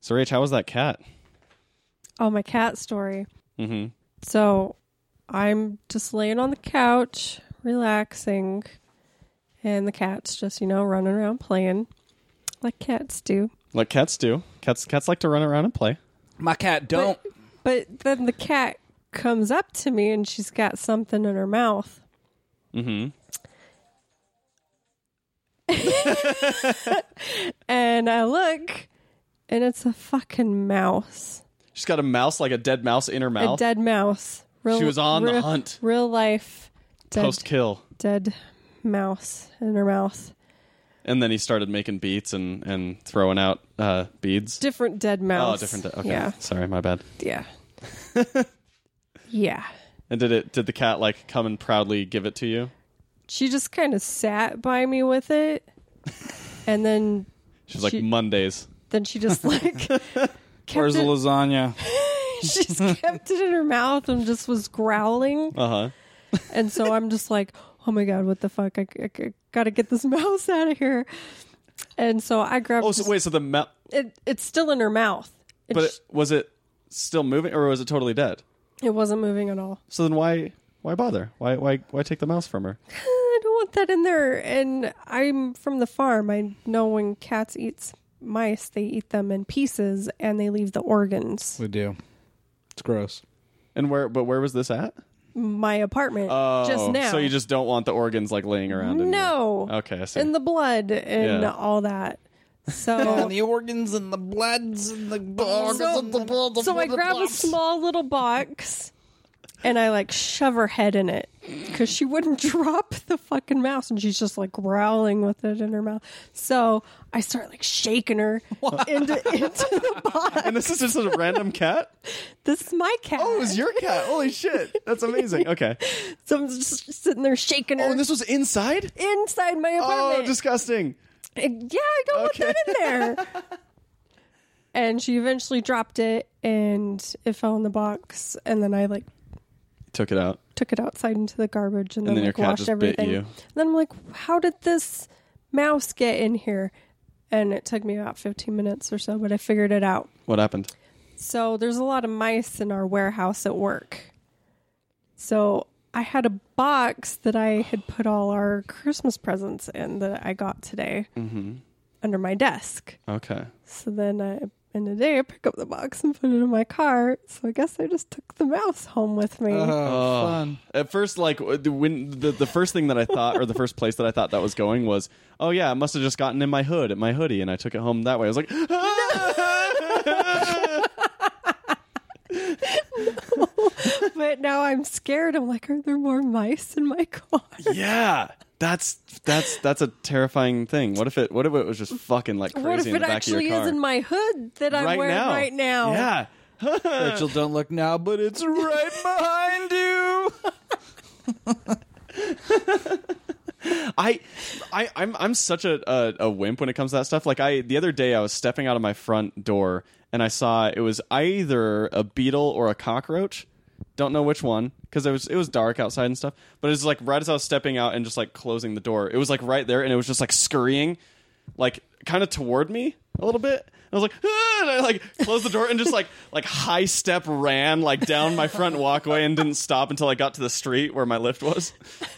So, Rach, how was that cat? Oh, my cat story. Mm-hmm. So I'm just laying on the couch, relaxing, and the cat's just, you know, running around playing like cats do. Like cats do. Cats cats like to run around and play. My cat don't. But then the cat comes up to me and she's got something in her mouth. Mm-hmm. And I look and it's a fucking mouse. She's got a mouse, like a dead mouse in her mouth. A dead mouse. Real, She was on the real- hunt. Real life dead, Post kill. dead mouse in her mouth. And then he started making beats and, and throwing out uh, beads. Different dead oh, mouse. different. Okay. Yeah. Sorry, my bad. Yeah. yeah. And did it? Did the cat like come and proudly give it to you? She just kind of sat by me with it. And then She's like She- Mondays. then she just like kept Where's the it, lasagna? she just kept it in her mouth and just was growling. Uh huh. And so I'm just like, "Oh my god, what the fuck? I, I- I got to get this mouse out of here." And so I grabbed Oh, so wait. So the mouse, it it's still in her mouth. It, but it, was it still moving or was it totally dead? it wasn't moving at all. So then why why bother? Why why why take the mouse from her? I don't want that in there. And I'm from the farm. I know when cats eat mice, they eat them in pieces and they leave the organs. We do. It's gross. And where? But where was this at? My apartment Oh, just now. So you just don't want the organs like laying around? in no, your- Okay, I see. and the blood and Yeah. all that. So. organs and the bloods and the Oh, so, so I grab a small little box and I like shove her head in it because she wouldn't drop the fucking mouse and she's just like growling with it in her mouth. So I start like shaking her into, into the box. and this is just a random cat. This is my cat. Oh, it was your cat. Holy shit. That's amazing. Okay. so I'm just sitting there shaking Oh, her and this was inside? inside my apartment. Oh, disgusting. Uh, yeah, I don't Okay. want that in there. and she eventually dropped it and it fell in the box. And then I like Took it out. took it outside into the garbage and, And then, then your like cat washed just bit everything. you. And then I'm like, how did this mouse get in here? And it took me about 15 minutes or so, but I figured it out. What happened? So there's a lot of mice in our warehouse at work. So I had a box that I had put all our Christmas presents in that I got today Mm-hmm. under my desk. Okay. So then I, in the day, I pick up the box and put it in my car. So I guess I just took the mouse home with me. Uh-huh. Oh, fun. At first, like w- the- when the, the first thing that I thought, or the first place that I thought that was going was, oh yeah, it must have just gotten in my hood, at my hoodie, and I took it home that way. I was like, But now I'm scared. I'm like, are there more mice in my car? yeah, that's that's that's a terrifying thing. What if it? What if it was just fucking like crazy what if in the it back actually of your car is in my hood that I'm right wearing now? right now? Yeah. Rachel, don't look now, but it's right behind you. I, I, I'm, I'm such a, a a wimp when it comes to that stuff. Like I, the other day, I was stepping out of my front door and I saw it was either a beetle or a cockroach. Don't know which one because it was it was dark outside and stuff. But it was like right as I was stepping out and just like closing the door, it was like right there and it was just like scurrying, like kind of toward me a little bit. I was like, "Ah," and I like closed the door and just like like high step ran like down my front walkway and didn't stop until I got to the street where my lift was.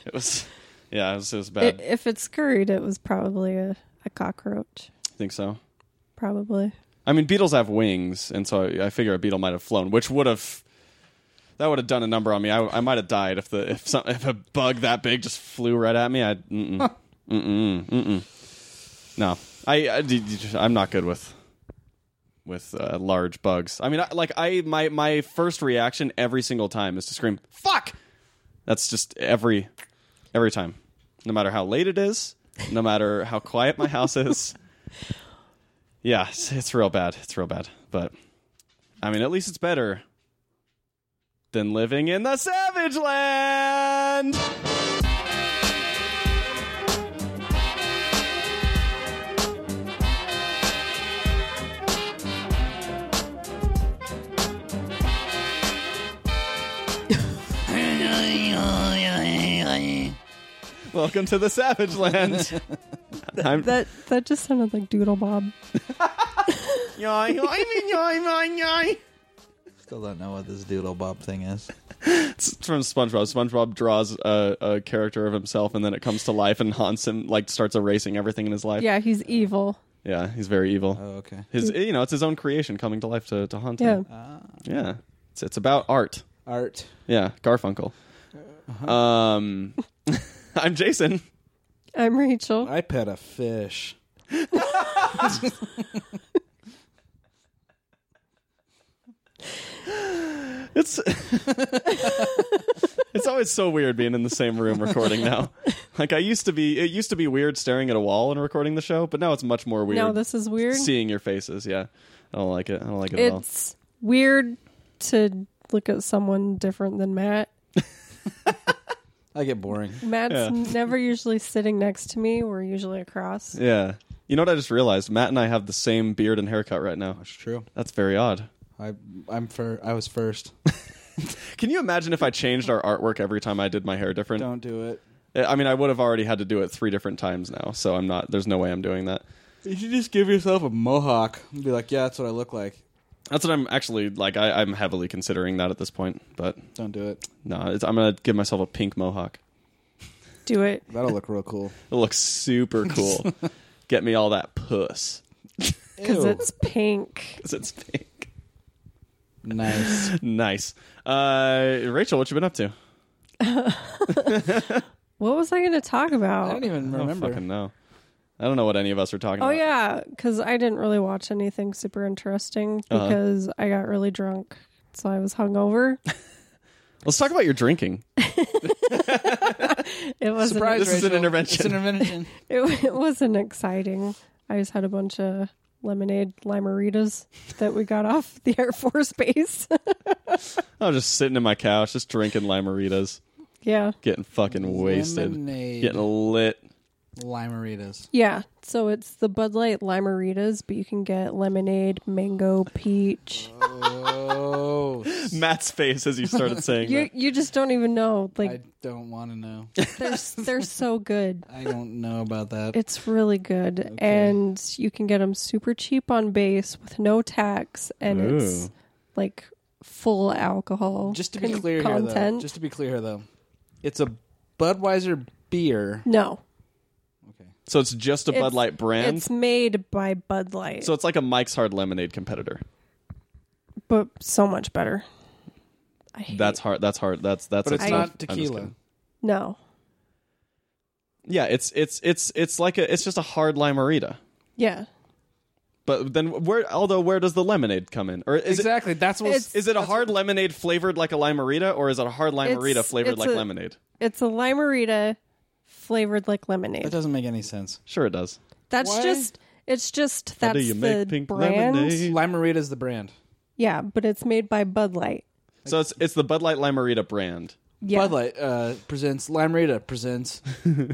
It was. Yeah, it was, it was bad. I- if it scurried, it was probably a, a cockroach. Think so. Probably. I mean, beetles have wings, and so I, I figure a beetle might have flown, which would have that would have done a number on me. I, I might have died if the if some if a bug that big just flew right at me. I mm mm mm mm no. I, I d- d- I'm not good with with uh, large bugs. I mean, I, like I my my first reaction every single time is to scream "fuck." That's just every every time, no matter how late it is, no matter how quiet my house is. Yeah, it's, it's real bad. It's real bad. But I mean, at least it's better than living in the savage land. Welcome to the savage land. I'm, That that just sounded like Doodle Bob. it's Still don't know what this doodle bob thing is. from SpongeBob. SpongeBob draws a, a character of himself, and then it comes to life and haunts him. Like starts erasing everything in his life. Yeah, he's evil. Yeah, he's very evil. Oh, okay. his, you know, it's his own creation coming to life to, to haunt Yeah. him. Yeah, it's, it's about art. Art. Yeah, Garfunkel. Um, I'm Jason. I'm Rachel. I pet a fish. It's it's always so weird being in the same room recording now. Like I used to be, it used to be weird staring at a wall and recording the show, but now it's much more weird. Now this is weird. seeing your faces. Yeah, I don't like it. I don't like it at all. It's weird to look at someone different than Matt. I get boring. Matt's Yeah. never usually sitting next to me. We're usually across. Yeah, you know what I just realized? Matt and I have the same beard and haircut right now. It's true. That's very odd. I I'm fir- I was first. Can you imagine if I changed our artwork every time I did my hair different? don't do it. I mean, I would have already had to do it three different times now, so I'm not. There's no way I'm doing that. You should just give yourself a mohawk and be like, yeah, that's what I look like. That's what I'm actually like. I, I'm heavily considering that at this point, but Don't do it. no, it's, I'm gonna give myself a pink mohawk. Do it. That'll look real cool. It looks super cool. Get me all that puss Because Ew. it's pink. 'cause it's pink. nice. nice, uh, Rachel. What you been up to? What was I going to talk I about? don't even I don't remember. fucking know. I don't know what any of us are talking Oh, about. yeah. Because I didn't really watch anything super interesting Uh-huh. because I got really drunk. So I was hungover. Let's talk about your drinking. It wasn't. Surprise! This is an Rachel. intervention. It's an intervention. It, it wasn't exciting. I just had a bunch of lemonade limeritas that we got off the Air Force Base. I was just sitting in my couch, just drinking limeritas, yeah. getting fucking wasted, Lemonade. getting lit. Limeritas. Yeah. So it's the Bud Light limeritas, but you can get lemonade, mango, peach. Oh, Matt's face as you started saying You that. you just don't even know. I Like don't want to know. they're s- they're so good. I don't know about that. It's really good, and you can get them super cheap on base with no tax, and it's Ooh. like full alcohol. just to be con- clear here, though. content. Just to be clear, though, it's a Budweiser beer. no, Okay. So it's just a Bud It's- Light brand. it's made by Bud Light, So it's like a Mike's Hard Lemonade competitor. but so much better. I hate That's hard. That's hard. That's that's. But it's tough- I'm not just tequila. kidding. no. Yeah, it's it's it's it's like a it's just a hard limerita. Yeah, But then where? Although where does the lemonade come in? Or is exactly. That's what. It's- it is it a hard lemonade flavored like a limerita, or is it a hard limerita It's- flavored it's like a- lemonade? it's a limerita flavored like That lemonade. doesn't make any sense. Sure, it does. That's Why? just it's just How that's do you make the pink brand. lemonade? Limerita is the brand. Yeah, but it's made by Bud Light. So it's it's the Bud Light limerita brand. Yeah, Bud Light uh, presents Limerita presents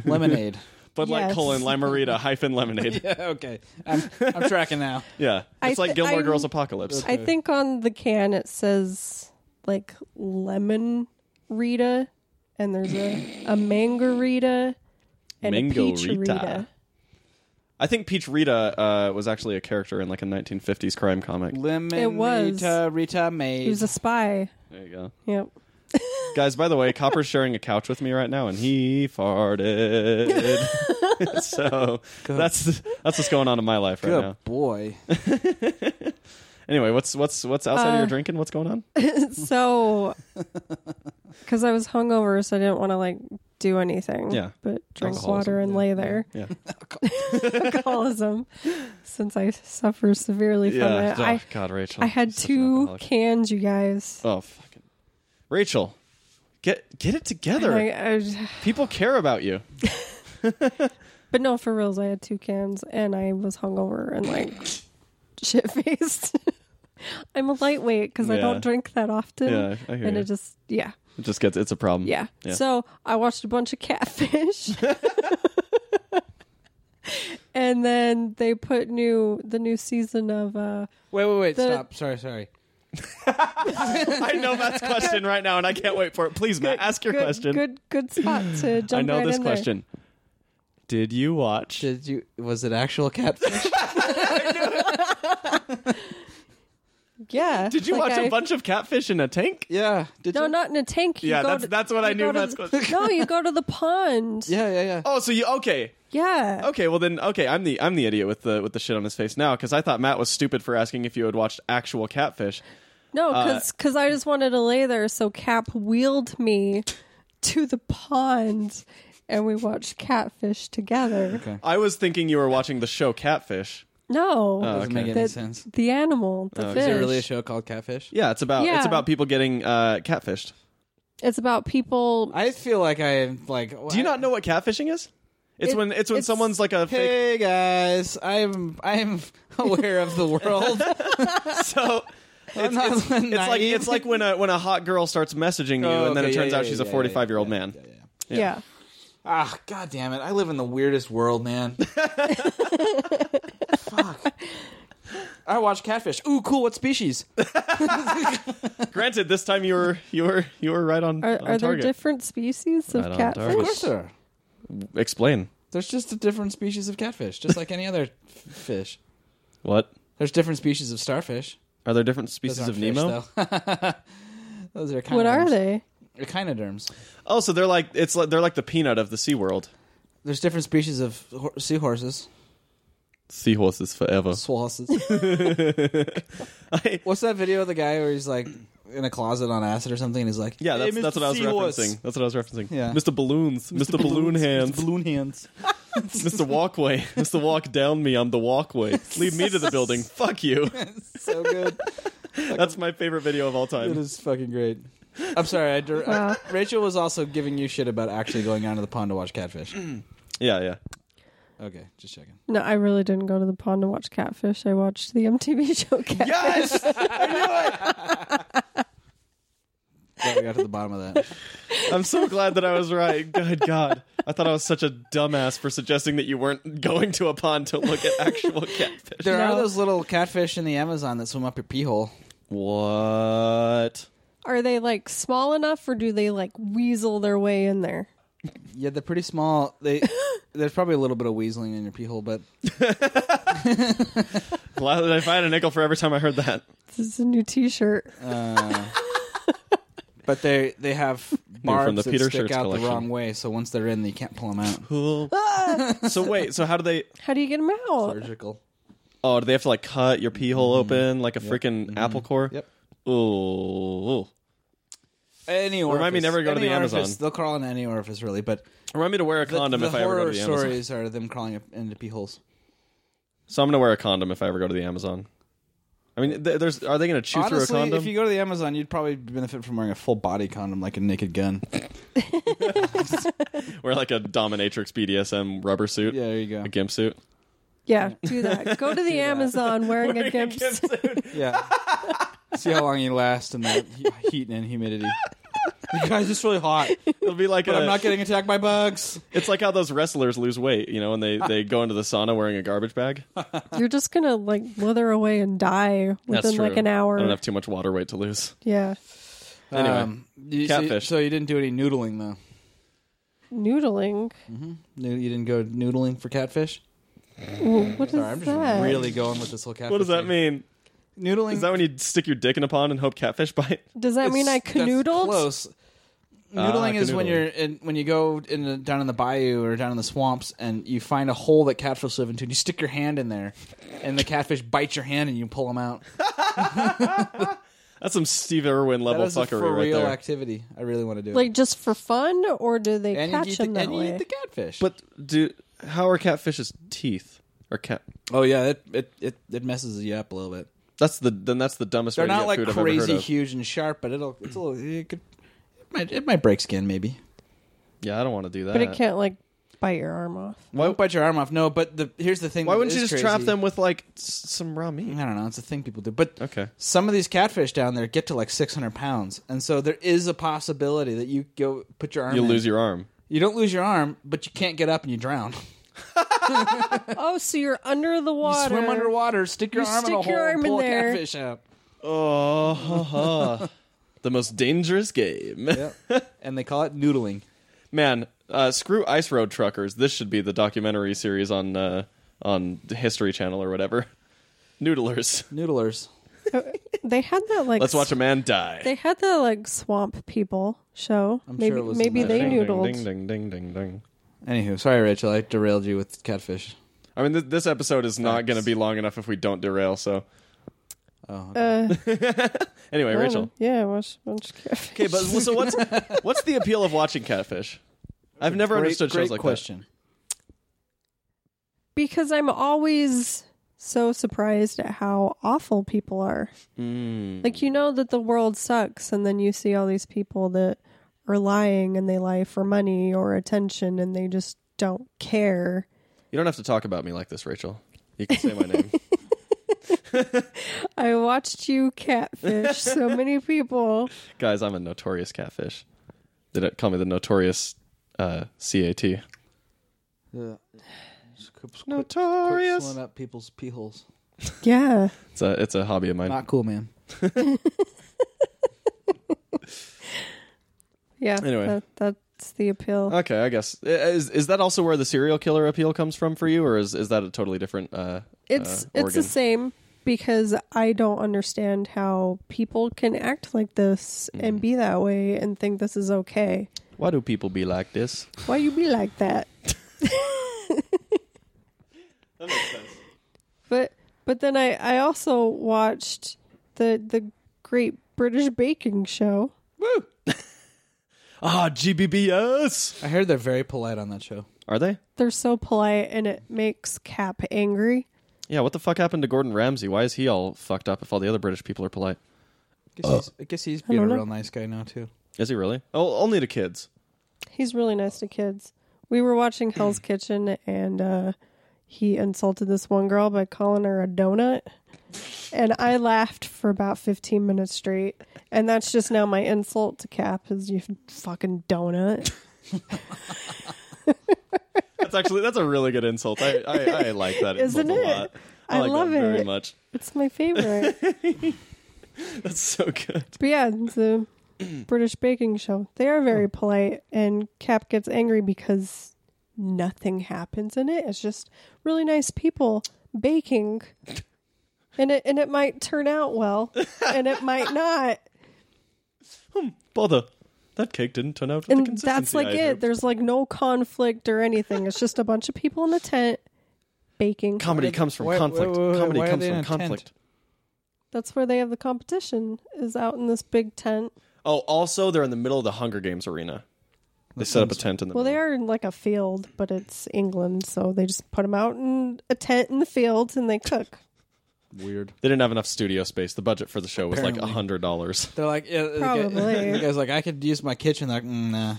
lemonade. Bud Light Yes. colon limerita hyphen lemonade. Yeah, okay. I'm, I'm tracking now. Yeah, I it's like th- Gilmore I'm- Girls Apocalypse. I think on the can it says like lemon Rita, and there's a a mangarita and a Mango-rita. peach Rita. I think Peach Rita uh, was actually a character in like a 1950s crime comic. Lemon It was. Rita Rita He was Maze. a spy. There you go. Yep. Guys, by the way, Copper's sharing a couch with me right now, and he farted. so that's that's what's going on in my life right Good now. boy. Anyway, what's what's what's outside Uh, of your drinking? What's going on? so, because I was hungover, so I didn't want to like do anything. Yeah. But drink Alcoholism, water and lay there. Yeah, Alcoholism, since I suffer severely from yeah. it. Oh, I, God, Rachel, I had You're such an two alcoholic. cans, you guys. oh, fucking Rachel, get get it together. And I- I- People care about you. But no, for reals, I had two cans and I was hungover and like shit faced. I'm a lightweight because I Yeah. don't drink that often. Yeah, I hear and you. it just, yeah, It just gets it's a problem. yeah, Yeah. So I watched a bunch of catfish. and then they put new, the new season of, uh, Wait, wait, wait. The- Stop. Sorry, sorry. I know Matt's question right now, and I can't wait for it. Please, Matt, ask your good, question. good, good spot to jump I know right this in there. question. Did you watch? Did you? Was it actual catfish? yeah. Did you like watch I- a bunch of catfish in a tank? Yeah. Did No, you? not in a tank. You Yeah, go that's to- that's what I you knew. go to That's the- what- no, you go to the pond. Yeah, yeah, yeah. Oh, so you okay? Yeah. Okay, well then, okay, I'm the I'm the idiot with the with the shit on his face now because I thought Matt was stupid for asking if you had watched actual catfish. No, Uh, because I just wanted to lay there, so Cap wheeled me to the pond, and we watched catfish together. I was thinking you were watching the show Catfish. No, Doesn't make any the, sense. the animal, the Oh, is fish. Is there really a show called Catfish? Yeah, it's about Yeah. it's about people getting uh, catfished. It's about people. I feel like I am like. Do you not know what catfishing is? It's It- when it's when it's- someone's like a fake. Hey guys, I'm I'm aware of the world. So it's, not it's, it's like naive. it's like when a when a hot girl starts messaging you, Oh, and then okay, it yeah, turns yeah, out she's yeah, a yeah, forty five year old yeah, man. yeah, yeah. yeah. Ah, god damn it! I live in the weirdest world, man. Fuck. I watch Catfish. Ooh, cool. What species? Granted, this time you were you were you were right on. on Are, are there target. different species of Right on catfish? target. Of course there are. Explain There's just a different species of catfish, just like any other f- fish. what There's different species of starfish. are there different Those species aren't of fish, Nemo? though. Those are kind What are they? They're echinoderms. Oh, so they're like it's like, they're like the peanut of the Sea World. There's different species of ho- seahorses, Seahorses forever. swahorses. I- What's that video of the guy where he's like in a closet on acid or something? and He's like, yeah, "Hey, that's, that's Mr. what I was Seahorse." referencing. That's what I was referencing. Yeah. Mr. Balloons, Mr. Balloon Balloons, Hands, Mr. Balloon hands. Mr. Walkway, Mr. Walk Down Me. I'm the walkway. Lead me to the building. Fuck you. so good. That's my favorite video of all It time. is fucking great. I'm sorry. I, dir- I- Wow. Rachel was also giving you shit about actually going down to the pond to watch catfish. Yeah, yeah. Okay, just checking. No, I really didn't go to the pond to watch catfish. I watched the MTV show Catfish. Yes. Glad we got to the bottom of that. I'm so glad that I was right. Good God. I thought I was such a dumbass for suggesting that you weren't going to a pond to look at actual catfish. There are No. those little catfish in the Amazon that swim up your pee hole. What? Are they like small enough, or do they like weasel their way in there? Yeah, they're pretty small. They there's probably a little bit of weaseling in your pee hole, but Glad that if I had a nickel for every time I heard that. This is a new T-shirt. uh, but they they have barbs from the that Peter stick Shirts out the collection. wrong way. So once they're in, you can't pull them out. Cool. so wait, so how do they? How do you get them out? Surgical. Oh, do they have to like cut your pee hole open like a freaking apple core? Mm-hmm. Yep. Ooh. Any orifice. Remind me never to go to Any the orifice. Amazon. They'll crawl into any orifice, really. But Remind me to wear a the, condom the if I ever horror go to the Amazon. stories are them crawling up into pee holes. So I'm gonna wear a condom if I ever go to the Amazon. I mean, th- there's are they gonna chew through a Honestly, condom? if you go to the Amazon, you'd probably benefit from wearing a full body condom, like a naked gun. Wear like a dominatrix BDSM rubber suit, yeah, there you go. a gimp suit. Yeah, do that. Go to the Amazon wearing, a gimp. suit. Yeah. See how long you last in that he- heat and humidity. You guys, it's really hot, It'll be like but a, I'm not getting attacked by bugs. it's like how those wrestlers lose weight, you know, and they they go into the sauna wearing a garbage bag. You're just gonna like wither away and die That's within true. like an hour. I don't have too much water weight to lose. yeah, Anyway, Um, you- so you- catfish. So, you didn't do any noodling though. noodling. No- You didn't go noodling for catfish. Well, what is Sorry, I'm just that? really going with this whole catfish. What does that thing. mean? Noodling Is that when you stick your dick in a pond and hope catfish bite? Does that mean I It's- that's canoodled? Uh, Close. Ah, Noodling is when canoodling. you're in, when you go in the, down in the bayou or down in the swamps and you find a hole that catfish live into. and You stick your hand in there, and the catfish bites your hand and you pull them out. That's some Steve Irwin That level is a fuckery for right real there. activity. I really want to do. it. Like just for fun, or do they and you catch eat the, them that and you way? eat the catfish. But do how are catfish's teeth? Or cat? oh yeah, it, it it it messes you up a little bit. That's the then that's the dumbest. They're way to not get like food I've ever heard crazy of. huge and sharp, but it'll it's a little it could it might it might break skin maybe. Yeah, I don't want to do that. but it can't like bite your arm off. Why Don't bite your arm off? No, but the here's the thing. Why that wouldn't you is just trap crazy. Mm. them with like s- some raw meat? I don't know. It's a thing people do, but Okay. some of these catfish down there get to like 600 pounds and so there is a possibility that you go put your arm You in. lose your arm. you don't lose your arm but you can't get up and you drown Oh, so you're under the water. you swim underwater stick your You arm in a stick your hole and arm in pull a there. catfish out Oh, ha, ha. the most dangerous game. and they call it noodling Man, uh, screw ice road truckers. This should be the documentary series on uh, on the History Channel or whatever. Noodlers. Noodlers. Uh, They had that like. Let's watch a man die. They had that like swamp people show. I'm maybe sure it was maybe in they that ding, noodled. Ding, ding, ding, ding, ding. Anywho, sorry, Rachel, I derailed you with catfish. I mean, th- this episode is not Facts. going to be long enough if we don't derail. So, Oh, Uh, anyway, Rachel. Yeah, I watched a bunch of catfish. Okay, but so what's what's the appeal of watching Catfish? I've never great, understood great shows like question. because I'm always so surprised at how awful people are. that. Mm. Like you know that the world sucks, and then you see all these people that are lying and they lie for money or attention, and they just don't care. You don't have to talk about me like this, Rachel. You can say my name. I watched you catfish so many people. Guys, I'm a notorious catfish. Did it call me the notorious uh, CAT? Yeah. Just quit- quit- quit Notorious. slowing up people's pee holes. Yeah. It's a it's a hobby of mine. Not cool, man. Yeah. Anyway. Uh, that, that's the appeal. Okay, I guess I- is is that also where the serial killer appeal comes from for you, or is is that a totally different? Uh, it's uh, it's organ? the same because I don't understand how people can act like this and be that way and think this is okay. Why do people be like this? Why you be like that? That makes sense. But but then I I also watched the the Great British Baking Show. Woo! ah, GBBS. I heard they're very polite on that show. Are they? They're so polite and it makes Cap angry. Yeah. What the fuck happened to Gordon Ramsay? Why is he all fucked up if all the other British people are polite? I guess, he's, I guess he's being a don't know. real nice guy now too. Is he really? Oh, only to kids. He's really nice to kids. We were watching Hell's Kitchen and uh, he insulted this one girl by calling her a donut. And I laughed for about 15 minutes straight. And that's just now my insult to Cap is you fucking donut. That's actually that's a really good insult. I I, I like that Isn't insult it? a lot. I, I like love that very it. much. It's my favorite. That's so good. but yeah, the British baking show. They are Oh. very polite. And Cap gets angry because nothing happens in it. It's just really nice people baking. And it, and it might turn out well, and it might not. Hmm, Bother. That cake didn't turn out with the and consistency. that's like I it. hoped. There's like no conflict or anything. It's just a bunch of people in a tent baking. Comedy Why did- comes from why- conflict. wait, wait, wait, Comedy why are comes they in from a tent? conflict. That's where they have the competition. Is out in this big tent. Oh, also they're in the middle of the Hunger Games arena. They set up a tent in the Well, they middle. are in like a field, but it's England, so they just put them out in a tent in the fields and they cook. Weird. They didn't have enough studio space. The budget for the show was like Apparently. like hundred dollars. They're like, yeah, the guy- Probably. the guy's like, I could use my kitchen. They're like, mm, nah,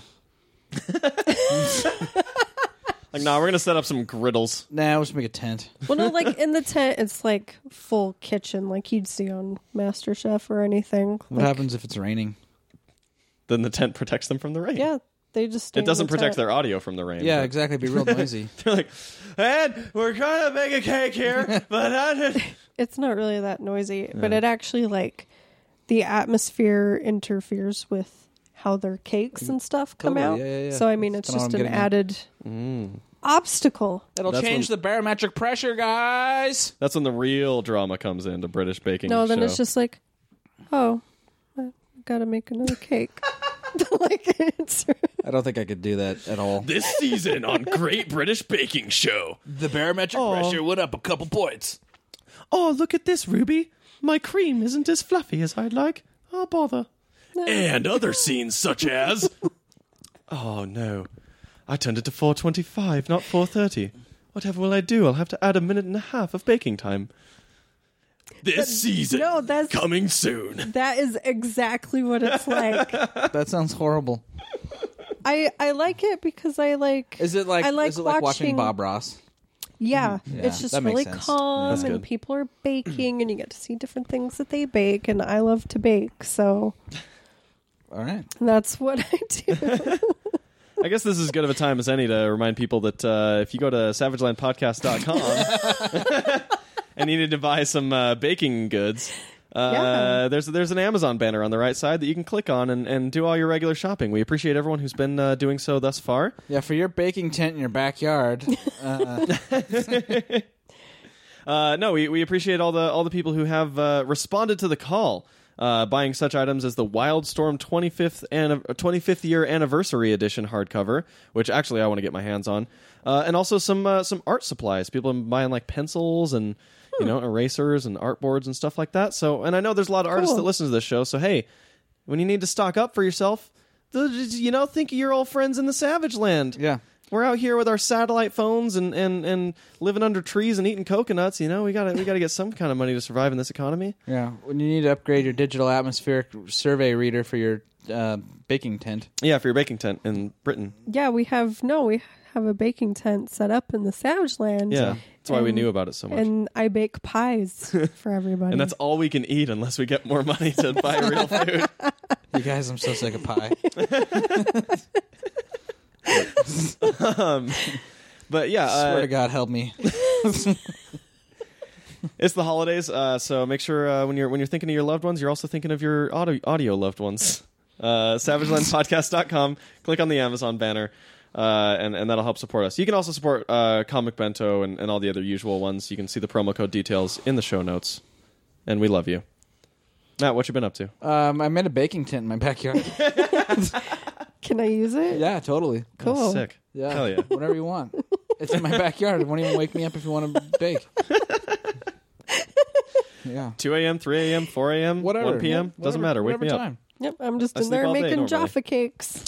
Like, nah, we're gonna set up some griddles. nah, we'll just make a tent. Well, no, like in the tent, it's like full kitchen, like you'd see on MasterChef or anything. What happens if it's raining? Then the tent protects them from the rain. Yeah, they just stay It doesn't in the protect tent. their audio from the rain. Yeah, but exactly. It'd Be real noisy. They're like, and we're trying to make a cake here, but I just... It's not really that noisy, but it actually like the atmosphere interferes with how their cakes and stuff come Totally, out. yeah, yeah, yeah. So I mean, That's it's kinda just what I'm an getting at. Mm. added obstacle. It'll That's change the barometric pressure, guys. That's when the real drama comes into British baking. No, then show. it's just like, oh, I gotta make another cake. like it's I don't think I could do that at all. this season on Great British Baking Show. The barometric pressure went up a couple points. Oh, look at this, Ruby. My cream isn't as fluffy as I'd like. Oh, bother. And other scenes such as. oh, no. I turned it to 425, not 430. Whatever will I do? I'll have to add a minute and a half of baking time. This season. no, that's- Coming soon. that is exactly what it's like. That sounds horrible. I I like it because I like. Is it like? I like is it like watching watching- Bob Ross? Yeah, Mm-hmm. it's just that makes really sense. calm, That's and good. people are baking, and you get to see different things that they bake, and I love to bake, so All right. that's what I do. I guess this is as good of a time as any to remind people that uh, if you go to savagelandpodcast.com and you need to buy some uh, baking goods, uh, Yeah. there's there's an Amazon banner on the right side that you can click on and, and do all your regular shopping. We appreciate everyone who's been uh, doing so thus far. Yeah, for your baking tent in your backyard. Uh, Uh, no, we, we appreciate all the all the people who have uh, responded to the call, uh, buying such items as the Wildstorm 25th an- 25th year anniversary edition hardcover, which actually I want to get my hands on, uh, and also some uh, some art supplies. People have been buying like pencils and you know erasers and artboards and stuff like that. So, and I know there's a lot of artists Cool. that listen to this show. So, hey, when you need to stock up for yourself, th- you know, think of your old friends in the Savage Land. Yeah. We're out here with our satellite phones and, and, and living under trees and eating coconuts. You know, we gotta we gotta get some kind of money to survive in this economy. Yeah, when you need to upgrade your digital atmospheric survey reader for your uh, baking tent. Yeah, for your baking tent in Britain. Yeah, we have no, we have a baking tent set up in the Savage Land. Yeah, that's why we And- knew about it so much. And, and I bake pies for everybody. that's all we can eat unless we get more money to buy real food. You guys, I'm so sick of pie. But yeah, Swear uh, to God, help me. it's the holidays, uh, so make sure uh, when you're when you're thinking of your loved ones, you're also thinking of your audio, audio loved ones. Uh, SavageLandPodcast.com. Click on the Amazon banner, uh, and and that'll help support us. You can also support uh, Comic Bento and, and all the other usual ones. You can see the promo code details in the show notes, and we love you. Matt, what you been up to? Um, I made a baking tent in my backyard. Can I use it? yeah, totally. Cool. Oh, sick. Yeah, Hell yeah. Whatever you want. It's in my backyard. It won't even wake me up if you want to bake. Yeah. 2 a.m., 3 a.m., 4 a.m., Whatever. 1 p.m. Doesn't matter. Wake Whatever me up. time. Yep, I'm just I in sleep there all day making normally. Jaffa cakes.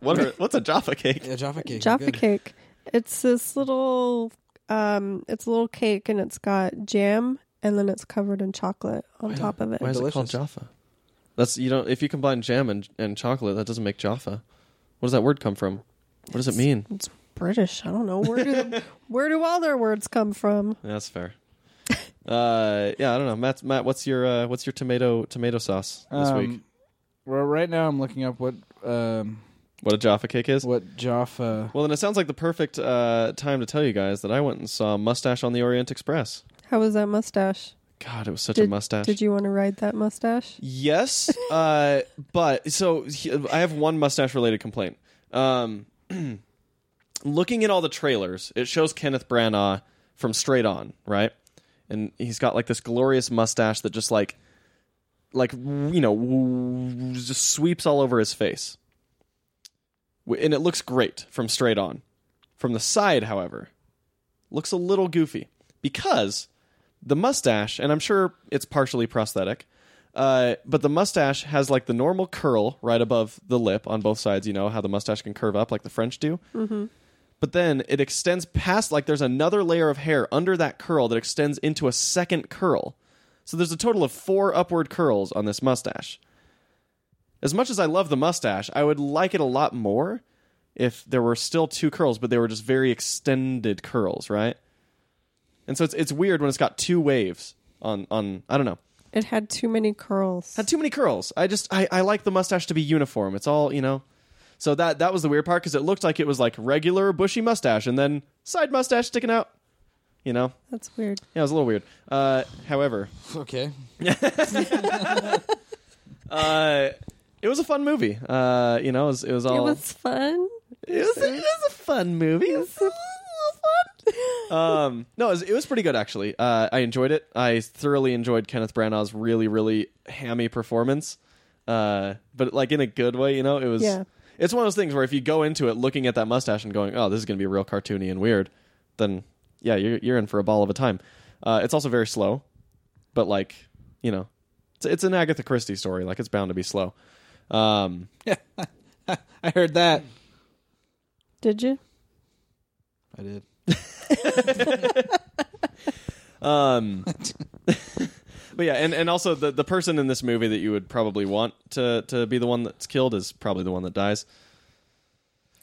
What are- what's a Jaffa cake? Yeah, Jaffa cake. Jaffa good. cake. It's this little, um, it's a little cake and it's got jam and then it's covered in chocolate on top of it. Why is it called Delicious. Jaffa? That's you don't. If you combine jam and, and chocolate, that doesn't make Jaffa. Where does that word come from? What does it mean? It's British. I don't know where do the, where do all their words come from. Yeah, that's fair. Uh, yeah, I don't know, Matt. Matt, what's your uh, what's your tomato tomato sauce this Um, week? Well, right now I'm looking up what um, What a Jaffa cake is. what Jaffa. Well, then it sounds like the perfect uh, time to tell you guys that I went and saw Mustache on the Orient Express. How was that mustache? God, it was such a Did- mustache. Did you want to ride that mustache? Yes, uh, but so he- I have one mustache related complaint. Um, looking at all the trailers, it shows Kenneth Branagh from Straight On, right? And he's got like this glorious mustache that just like, like you know, w- just sweeps all over his face, W- and it looks great from Straight On. From the side, however, looks a little goofy because the mustache, and I'm sure it's partially prosthetic, uh, but the mustache has like the normal curl right above the lip on both sides. You know how the mustache can curve up like the French do. Mm-hmm. But then it extends past, like, there's another layer of hair under that curl that extends into a second curl. So there's a total of four upward curls on this mustache. As much as I love the mustache, I would like it a lot more if there were still two curls, but they were just very extended curls, right? And so it's it's weird when it's got two waves on on I don't know. It had too many curls. Had too many curls. I just I, I like the mustache to be uniform. It's all you know. So that that was the weird part because it looked like it was like regular bushy mustache and then side mustache sticking out. You know, That's weird. yeah, it was a little weird. Uh, however, Okay. uh, it was a fun movie. Uh, you know, it was, it was all It was fun. it was, it was a fun movie. It was a um, no, it was, it was pretty good actually. Uh, I enjoyed it. I thoroughly enjoyed Kenneth Branagh's really, really hammy performance, uh, but like in a good way. You know, it was. Yeah. It's one of those things where if you go into it looking at that mustache and going, "Oh, this is going to be real cartoony and weird," then yeah, you're you're in for a ball of a time. Uh, it's also very slow, but like you know, it's it's an Agatha Christie story. Like it's bound to be slow. Um, I heard that. Did you? I did. Um, but yeah, and, and also the, the person in this movie that you would probably want to, to be the one that's killed is probably the one that dies.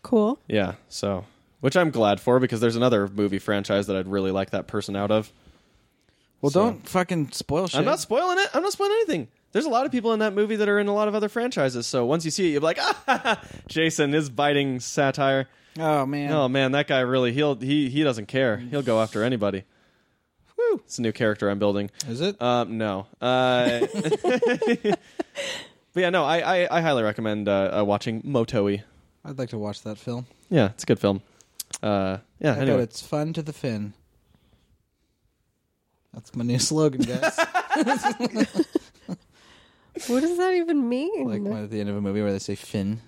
Cool. Yeah, so which I'm glad for because there's another movie franchise that I'd really like that person out of. Well, So- don't fucking spoil shit. I'm not spoiling it. I'm not spoiling anything. There's a lot of people in that movie that are in a lot of other franchises. So once you see it, you're like, ah, Jason is biting satire. oh man. Oh man, that guy really he'll he he doesn't care. He'll go after anybody. Woo! It's a new character I'm building. Is it? Um, no. Uh, but yeah, no. I I, I highly recommend uh, uh, watching Motoi. I'd like to watch that film. Yeah, it's a good film. Uh, yeah. I bet anyway, it's fun to the fin. That's my new slogan, guys. What does that even mean? like when at the end of a movie where they say Finn.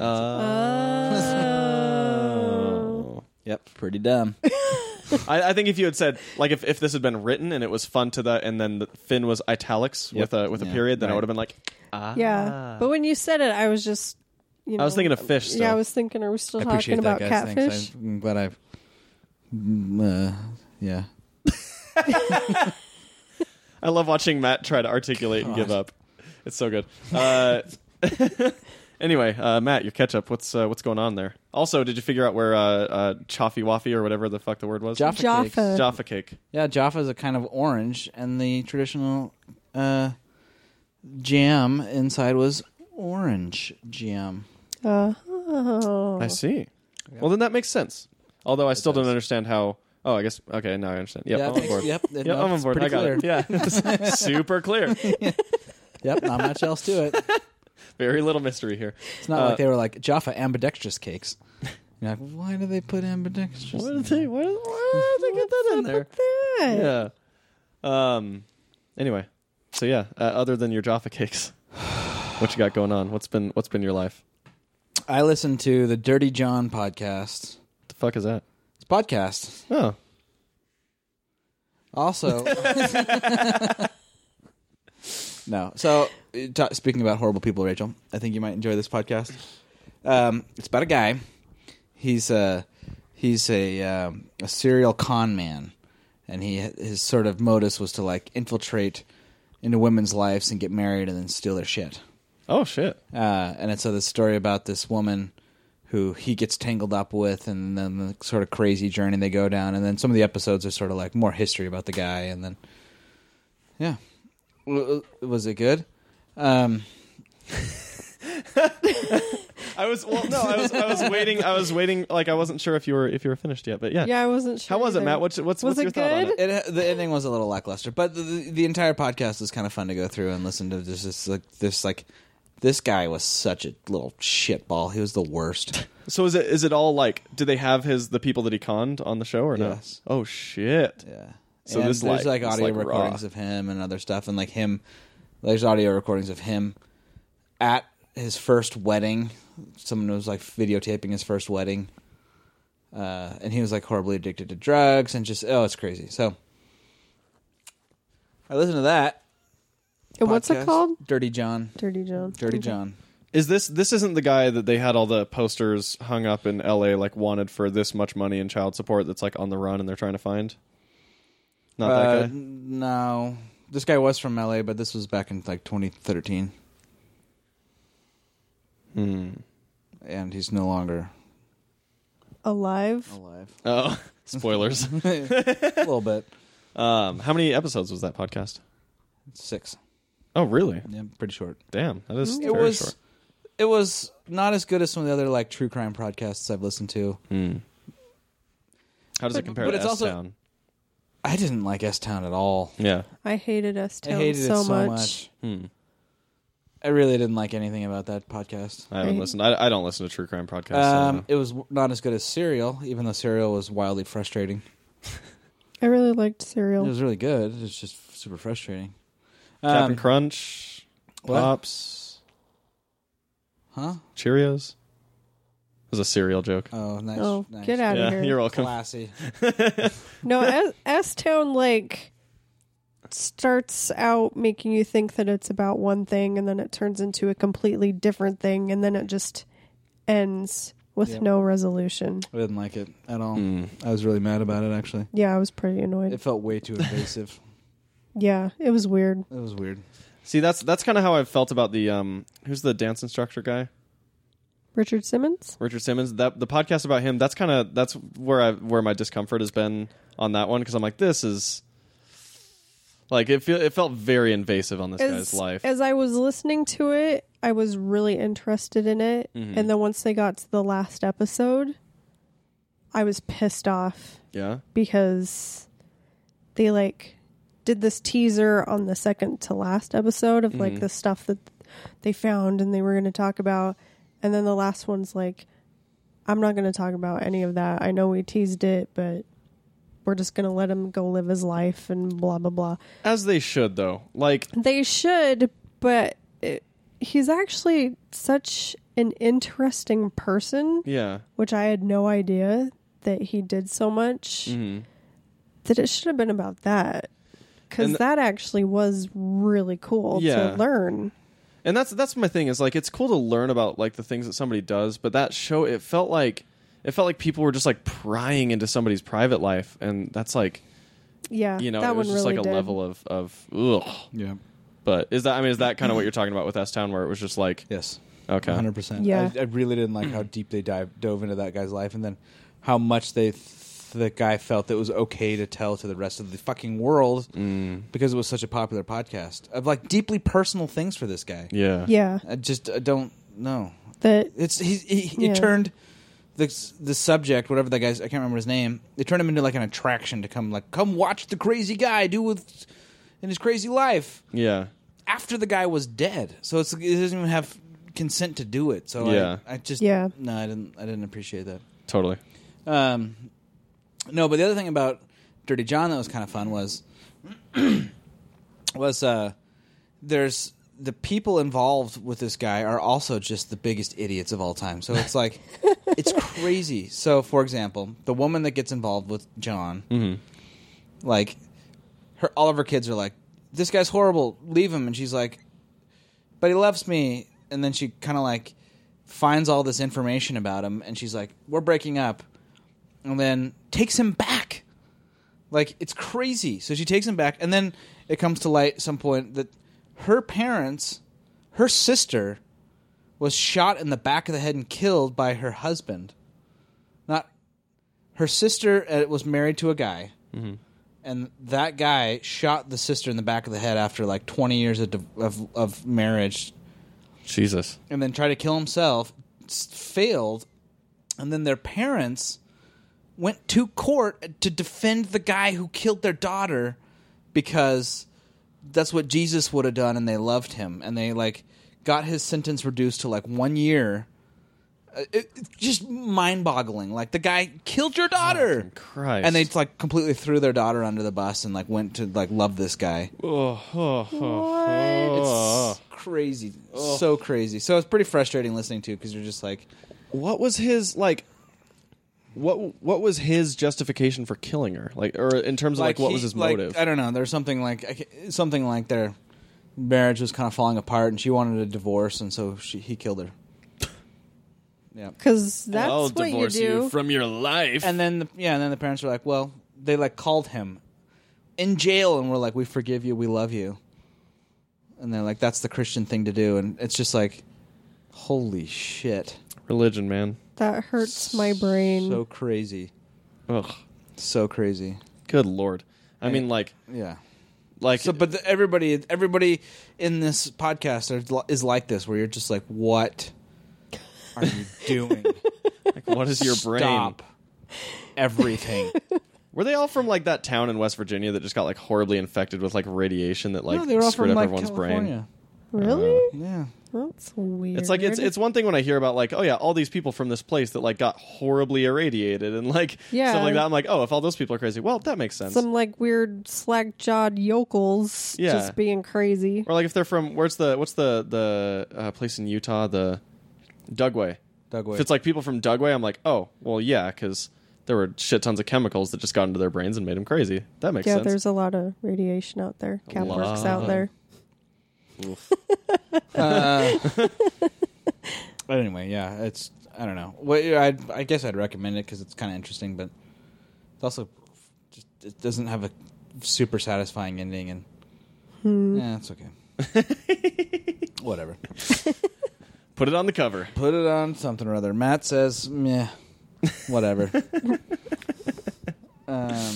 oh. Yep, pretty dumb. I, I think if you had said like if, if this had been written and it was fun to the and then the Finn was italics Yep. with a with a Yeah, period, then I right. Ah. would have been like, yeah. But when you said it, I was just. You know, I was thinking of fish. Still. Yeah, I was thinking. Are we still I talking appreciate about that, guys. catfish? Thanks. I- I'm glad I've. Mm, uh, yeah. I love watching Matt try to articulate and give up. It's so good. Uh, anyway, uh, Matt, your catch up. What's uh, what's going on there? Also, did you figure out where uh, uh, Chaffee Waffy or whatever the fuck the word was? Jaffa. Jaffa. Cakes. Jaffa cake. Yeah, Jaffa is a kind of orange, and the traditional uh, jam inside was orange jam. Oh. I see. Well, then that makes sense. Although I still don't understand how. Oh, I guess. Okay, now I understand. Yep, Yeah, I'm on thanks. board. Yep, Yep, no, I'm on it's board. I pretty got it. Yeah, It's super clear. Yep, not much else to it. Very little mystery here. It's not Uh, like they were like Jaffa ambidextrous cakes. You're like, why do they put ambidextrous? What in did they? Why, why did they get that in there? That. Yeah. Um. Anyway, so yeah. Uh, other than your Jaffa cakes, what you got going on? What's been What's been your life? there? I listened to the Dirty John podcast. The fuck is that? It's a podcast. Oh, Also, no. So, uh, ta speaking about horrible people, Rachel, I think you might enjoy this podcast. Um, it's about a guy. He's a he's a um, a serial con man, and he his sort of modus was to like infiltrate into women's lives and get married and then steal their shit. oh shit. Uh, and it's uh, this story about this woman who he gets tangled up with, and then the sort of crazy journey they go down. And then some of the episodes are sort of like more history about the guy, and then yeah, W- w- was it good? Um, I was well. No, I was. I was waiting. I was waiting. Like I wasn't sure if you were if you were finished yet. But yeah. Yeah, I wasn't sure. How was it, either. Matt? What's what's Was what's your it thought on good? it? it, the ending was a little lackluster, but the, the, the entire podcast was kind of fun to go through and listen to. This this like this like this guy was such a little shitball. He was the worst. So is it is it all like? Do they have his the people that he conned on the show or no? Yes. Oh shit. Yeah. So and this, like, there's like, it's, audio like, raw. recordings of him and other stuff, and like him, there's audio recordings of him at his first wedding. Someone was like videotaping his first wedding, uh, and he was like horribly addicted to drugs and just oh, it's crazy. So I listened to that. And what's it podcast, called? Dirty John. Dirty John. Dirty John. Is this this isn't the guy that they had all the posters hung up in L.A. like wanted for this much money in child support that's like on the run and they're trying to find? Not Uh, that guy. No, this guy was from LA, but this was back in like 2013. Hmm. And he's no longer Alive. alive. Oh, spoilers. a little bit. um, how many episodes was that podcast? Six. Oh, really? Yeah, pretty short. Damn, that is It very was. short. It was not as good as some of the other like true crime podcasts I've listened to. Hmm. How does it compare but to it's S also- Town? I didn't like S Town at all. Yeah, I hated S I Town hated so, it so much. much. Hmm. I really didn't like anything about that podcast. I haven't listened. I, I don't listen to true crime podcasts. so I don't Um, know. it was w- not as good as Serial, even though Serial was wildly frustrating. I really liked It cereal. was really good. It's just super frustrating. Captain Um, Crunch, what? Pops, Huh? Cheerios. It was a cereal joke. Oh, nice. oh, nice. get out of yeah, here! you're welcome. Classy. No, S Town like starts out making you think that it's about one thing and then it turns into a completely different thing and then it just ends with Yep. no resolution. I didn't like it at all. Hmm. I was really mad about it, actually. Yeah, I was pretty annoyed. It felt way too invasive. yeah, it was weird. it was weird. See, that's that's kind of how I felt about the um. Who's the dance instructor guy? Richard Simmons? Richard Simmons. That the podcast about him. That's kind of that's where I where my discomfort has been on that one because I'm like, this is like it. Feel, it felt very invasive on this guy's As, life. as I was listening to it, I was really interested in it. And then once they got to the last episode, I was pissed off. yeah. because they like did this teaser on the second to last episode of like the stuff that they found and they were going to talk about and then the last one's like I'm not going to talk about any of that. I know we teased it, but we're just going to let him go live his life and blah, blah, blah. As they should, though. Like, They should, but it, he's actually such an interesting person, yeah. which I had no idea that he did so much, Mm-hmm. that it should have been about that. Because And th- that actually was really cool Yeah. to learn. and that's that's my thing is like it's cool to learn about like the things that somebody does but that show it felt like it felt like people were just like prying into somebody's private life and that's like Yeah, you know that it was one just really like a did. level of of ugh. Yeah. but is that i mean is that kind of what you're talking about with s town where it was just like Yes. Okay. Hundred percent. Yeah. I, I really didn't like how deep they dive dove into that guy's life, and then how much they th- the guy felt that it was okay to tell to the rest of the fucking world Hmm. because it was such a popular podcast of like deeply personal things for this guy. yeah Yeah, I just I don't know. that It's he he, he Yeah. turned the the subject, whatever that guy's, I can't remember his name. They turned him into like an attraction to come like come watch the crazy guy do with in his crazy life yeah after the guy was dead. So it's, it doesn't even have consent to do it. So Yeah. I, I just Yeah. no, I didn't I didn't appreciate that. totally Um, no, but the other thing about Dirty John that was kind of fun was was uh, there's the people involved with this guy are also just the biggest idiots of all time. So it's like it's crazy. So for example, the woman that gets involved with John, like her all of her kids are like, "This guy's horrible. Leave him." And she's like, but he loves me. And then she kind of like finds all this information about him, and she's like, "We're breaking up," and then takes him back. Like it's crazy. So she takes him back, and then it comes to light at some point that her parents, her sister, was shot in the back of the head and killed by her husband. Not her sister uh, was married to a guy, and that guy shot the sister in the back of the head after like twenty years of div- of, of marriage, jesus and then tried to kill himself, s- failed, and then their parents went to court to defend the guy who killed their daughter because that's what Jesus would have done, and they loved him, and they like got his sentence reduced to like one year. Uh, it- it's just mind-boggling. Like the guy killed your daughter, Christ. and they like completely threw their daughter under the bus and like went to like love this guy. oh, oh, What? It's crazy, so crazy. So it's pretty frustrating listening to because you're just like, what was his like what what was his justification for killing her like or in terms of like, what he- was his like, motive I don't know. There's something like I ca- something like their marriage was kind of falling apart, and she wanted a divorce, and so she, he killed her. Yeah, because that's what you do. from your life and then the, yeah, and then the parents were like, well, they like called him in jail, and we're like, we forgive you, we love you, and they're like, that's the Christian thing to do, and it's just like, holy shit, religion man that hurts my brain. so crazy, Ugh. so crazy. Good lord. I mean, like, Yeah. like, So, but the, everybody, everybody in this podcast are, is like this, where you're just like, "What are you doing? like, what is your brain? Stop everything." Were they all from like that town in West Virginia that just got like horribly infected with like radiation that like no, they were all screwed from up like everyone's California. really? Yeah, That's weird. It's like it's it's one thing when I hear about like oh yeah all these people from this place that like got horribly irradiated and like Yeah. stuff like that. I'm like oh if all those people are crazy, well that makes sense. some like weird slack jawed yokels Yeah. just being crazy. or like if they're from where's the what's the the uh, place in Utah the Dugway. Dugway. If it's like people from Dugway, I'm like oh well yeah because there were shit tons of chemicals that just got into their brains and made them crazy. That makes yeah, sense. there's a lot of radiation out there. Cat works lot. out there. But Uh, anyway, yeah, it's I don't know. Well, yeah, I'd, I guess I'd recommend it because it's kind of interesting, but it's also just it doesn't have a super satisfying ending, and yeah, it's okay. Whatever. Put it on the cover. Put it on something or other. Matt says, meh, whatever. um,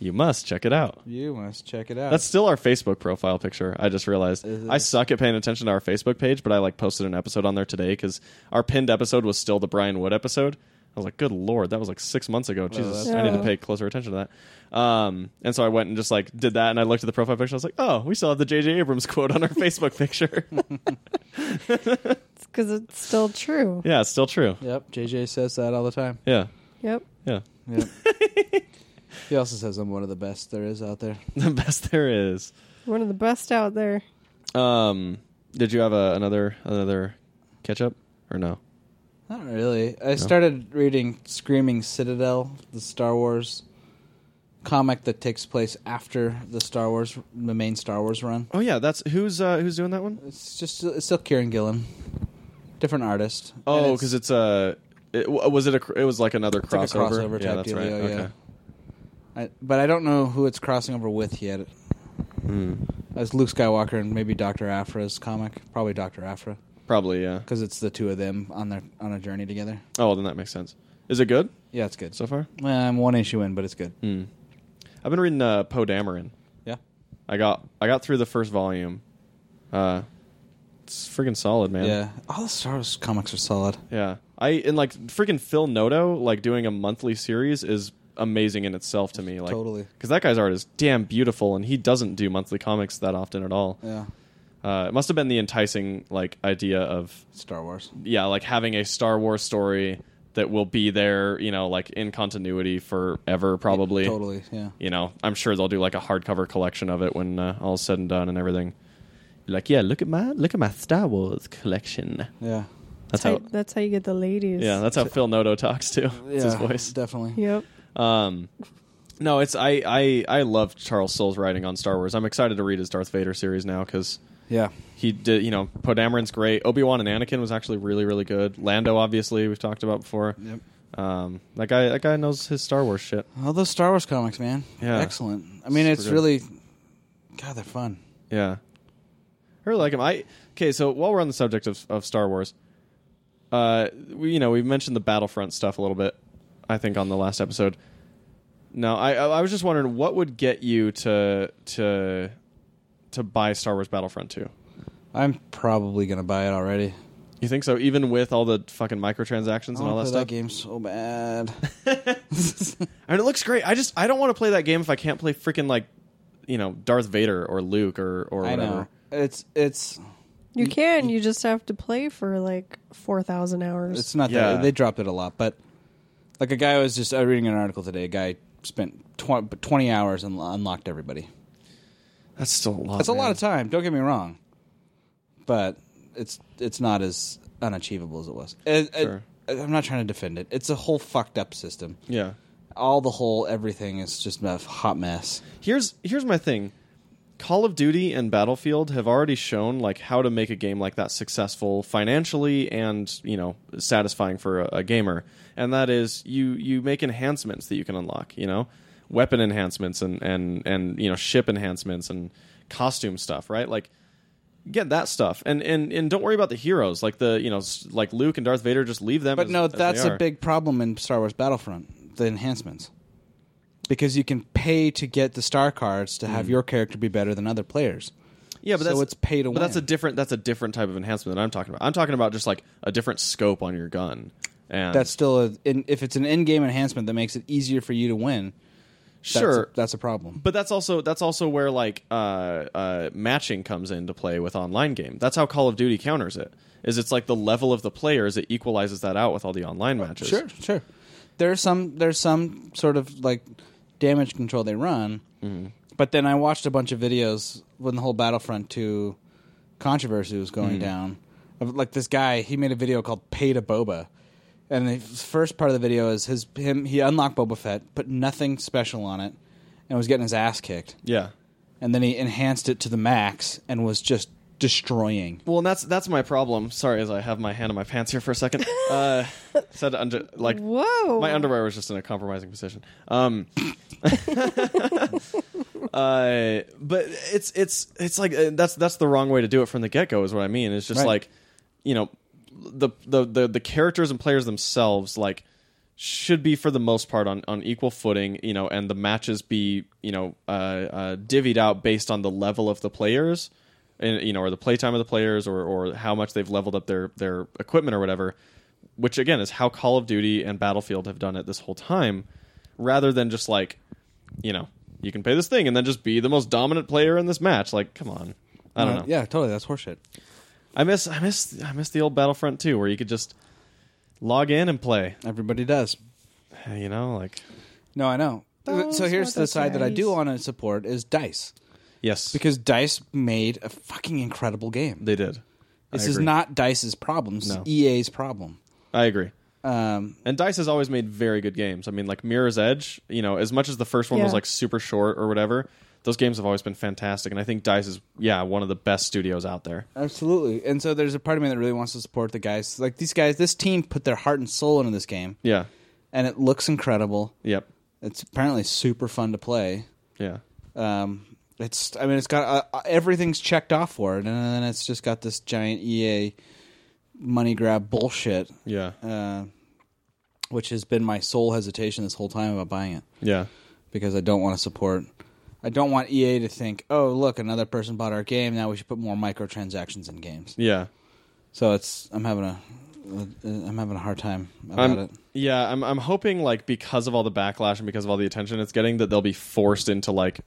You must check it out. you must check it out. That's still our Facebook profile picture. I just realized Is it? I suck at paying attention to our Facebook page, but I like posted an episode on there today because our pinned episode was still the Brian Wood episode. I was like, good lord, that was like six months ago. Jesus, that's I need to Oh. pay closer attention to that. Um, and so I went and just like did that, and I looked at the profile picture. I was like, oh, we still have the J.J. Abrams quote on our Facebook picture. It's because it's still true. yeah, it's still true. yep. JJ says that all the time. Yeah, Yep. yeah. Yep. He also says I'm one of the best there is out there. the best there is. One of the best out there. Um, did you have a, another another catch up or no? Not really. I started reading Screaming Citadel, the Star Wars comic that takes place after the Star Wars, the main Star Wars run. Oh yeah, that's who's uh, who's doing that one? It's just it's still Kieran Gillen, different artist. And Oh, because it's uh, it, w- was it a cr- it was like another like a crossover? crossover yeah, type that's dealio, right. yeah. Okay. I, but I don't know who it's crossing over with yet. Hmm. As Luke Skywalker and maybe Doctor Afra's comic, probably Doctor Afra, Probably yeah. because it's the two of them on their on a journey together. Oh, then that makes sense. Is it good Yeah, it's good. so far? Well, I'm one issue in, but it's good. Hmm. I've been reading uh, Poe Dameron. Yeah, I got I got through the first volume. Uh, it's freaking solid, man. yeah. All the Star Wars comics are solid. Yeah. I and like freaking Phil Noto like doing a monthly series is amazing in itself to me. Like Totally. because that guy's art is damn beautiful, and he doesn't do monthly comics that often at all. Yeah, Uh, it must have been the enticing like idea of Star Wars. yeah, like having a Star Wars story that will be there, you know, like in continuity forever, probably. Totally. Yeah. You know, I'm sure they'll do like a hardcover collection of it when uh, all's said and done and everything. You're like, yeah, look at my look at my Star Wars collection. Yeah. That's That's how. how, that's how you get the ladies. Yeah, that's how Phil Noto talks too. It's his voice. Definitely. Yep. Um, no, it's I I I love Charles Soule's writing on Star Wars. I'm excited to read his Darth Vader series now because Yeah. he did. You know, Poe Dameron's great. Obi Wan and Anakin was actually really really good. Lando, obviously, we've talked about before. Yep. Um, that guy that guy knows his Star Wars shit. All those Star Wars comics, man. Yeah. Excellent. I mean, Super it's good. really. God, they're fun. Yeah, I really like him. I okay. So while we're on the subject of of Star Wars, uh, we, you know we've mentioned the Battlefront stuff a little bit. I think on the last episode. No, I I I was just wondering what would get you to to to buy Star Wars Battlefront two. I'm probably gonna buy it already. You think so? Even with all the fucking microtransactions I and wanna all that play stuff. that game so bad. I mean, it looks great. I just I don't want to play that game if I can't play freaking like you know Darth Vader or Luke or or I whatever. know. It's it's You can. You just have to play for like 4,000 hours. it's not Yeah. that they dropped it a lot, but like a guy was just I was reading an article today. A guy spent tw- 20 hours and lo- unlocked everybody. That's still a lot. That's a lot Oh, man. of time. Don't get me wrong, but it's it's not as unachievable as it was. It- it- Sure. I'm not trying to defend it. It's a whole fucked up system. Yeah. All the whole everything is just a hot mess. here's here's my thing call of duty and battlefield have already shown like how to make a game like that successful financially and you know satisfying for a, a gamer and that is you you make enhancements that you can unlock you know weapon enhancements and and and you know ship enhancements and costume stuff right like get that stuff and and and don't worry about the heroes like the you know s- like luke and darth vader just leave them But as- no, as they that's a are. big problem in Star Wars Battlefront. The enhancements, because you can pay to get the star cards to Mm. have your character be better than other players. Yeah, but So that's, it's pay to But that's a win. different that's a different type of enhancement that I'm talking about. I'm talking about just like a different scope on your gun. And That's still a, in, if it's an in-game enhancement that makes it easier for you to win. That's sure. a, that's a problem. but that's also that's also where like uh, uh, matching comes into play with online game. That's how Call of Duty counters it. Is it's like the level of the players it equalizes that out with all the online matches. Sure, sure. There's some there's some sort of like damage control they run, Mm-hmm. but then I watched a bunch of videos when the whole Battlefront Two controversy was Mm-hmm. going down. Of like this guy, he made a video called "Pay to Boba," and the first part of the video is his him he unlocked Boba Fett, put nothing special on it, and was getting his ass kicked, Yeah. and then he enhanced it to the max and was just destroying. Well, and that's that's my problem. Sorry, as I have my hand in my pants here for a second. Uh, said under like Whoa. my underwear was just in a compromising position. Um, uh, but it's it's it's like uh, that's that's the wrong way to do it from the get go. Is what I mean. It's just Right. like you know the, the the the characters and players themselves like should be for the most part on on equal footing. You know, and the matches be you know uh, uh, divvied out based on the level of the players. And, you know, or the playtime of the players, or, or how much they've leveled up their, their equipment or whatever which again is how Call of Duty and Battlefield have done it this whole time, rather than just like, you know, you can pay this thing and then just be the most dominant player in this match. Like, come on, I don't know. Uh, Yeah, totally. That's horseshit. I miss, I miss, I miss the old Battlefront too, where you could just log in and play. Everybody does. You know, like No, I know. those so here's were the side that I do days. want to support is Dice Yes, because because Dice made a fucking incredible game. they did. this I is agree. not Dice's problem. This No. is EA's problem. I agree. Um, And Dice has always made very good games. I mean, like Mirror's Edge, you know, as much as the first one Yeah. was like super short or whatever, those games have always been fantastic. And I think Dice is, yeah, one of the best studios out there. absolutely. And so there's a part of me that really wants to support the guys. Like these guys, this team put their heart and soul into this game, Yeah. and it looks incredible. Yep. It's apparently super fun to play. Yeah. Um, it's I mean it's got uh, uh, everything's checked off for it, and then it's just got this giant EA money grab bullshit, Yeah. uh, which has been my sole hesitation this whole time about buying it Yeah. because I don't want to support. I don't want EA to think, oh look, another person bought our game. Now we should put more microtransactions in games. Yeah. So it's I'm having a uh, I'm having a hard time about I'm, it. yeah, I'm I'm hoping like because of all the backlash and because of all the attention it's getting that they'll be forced into like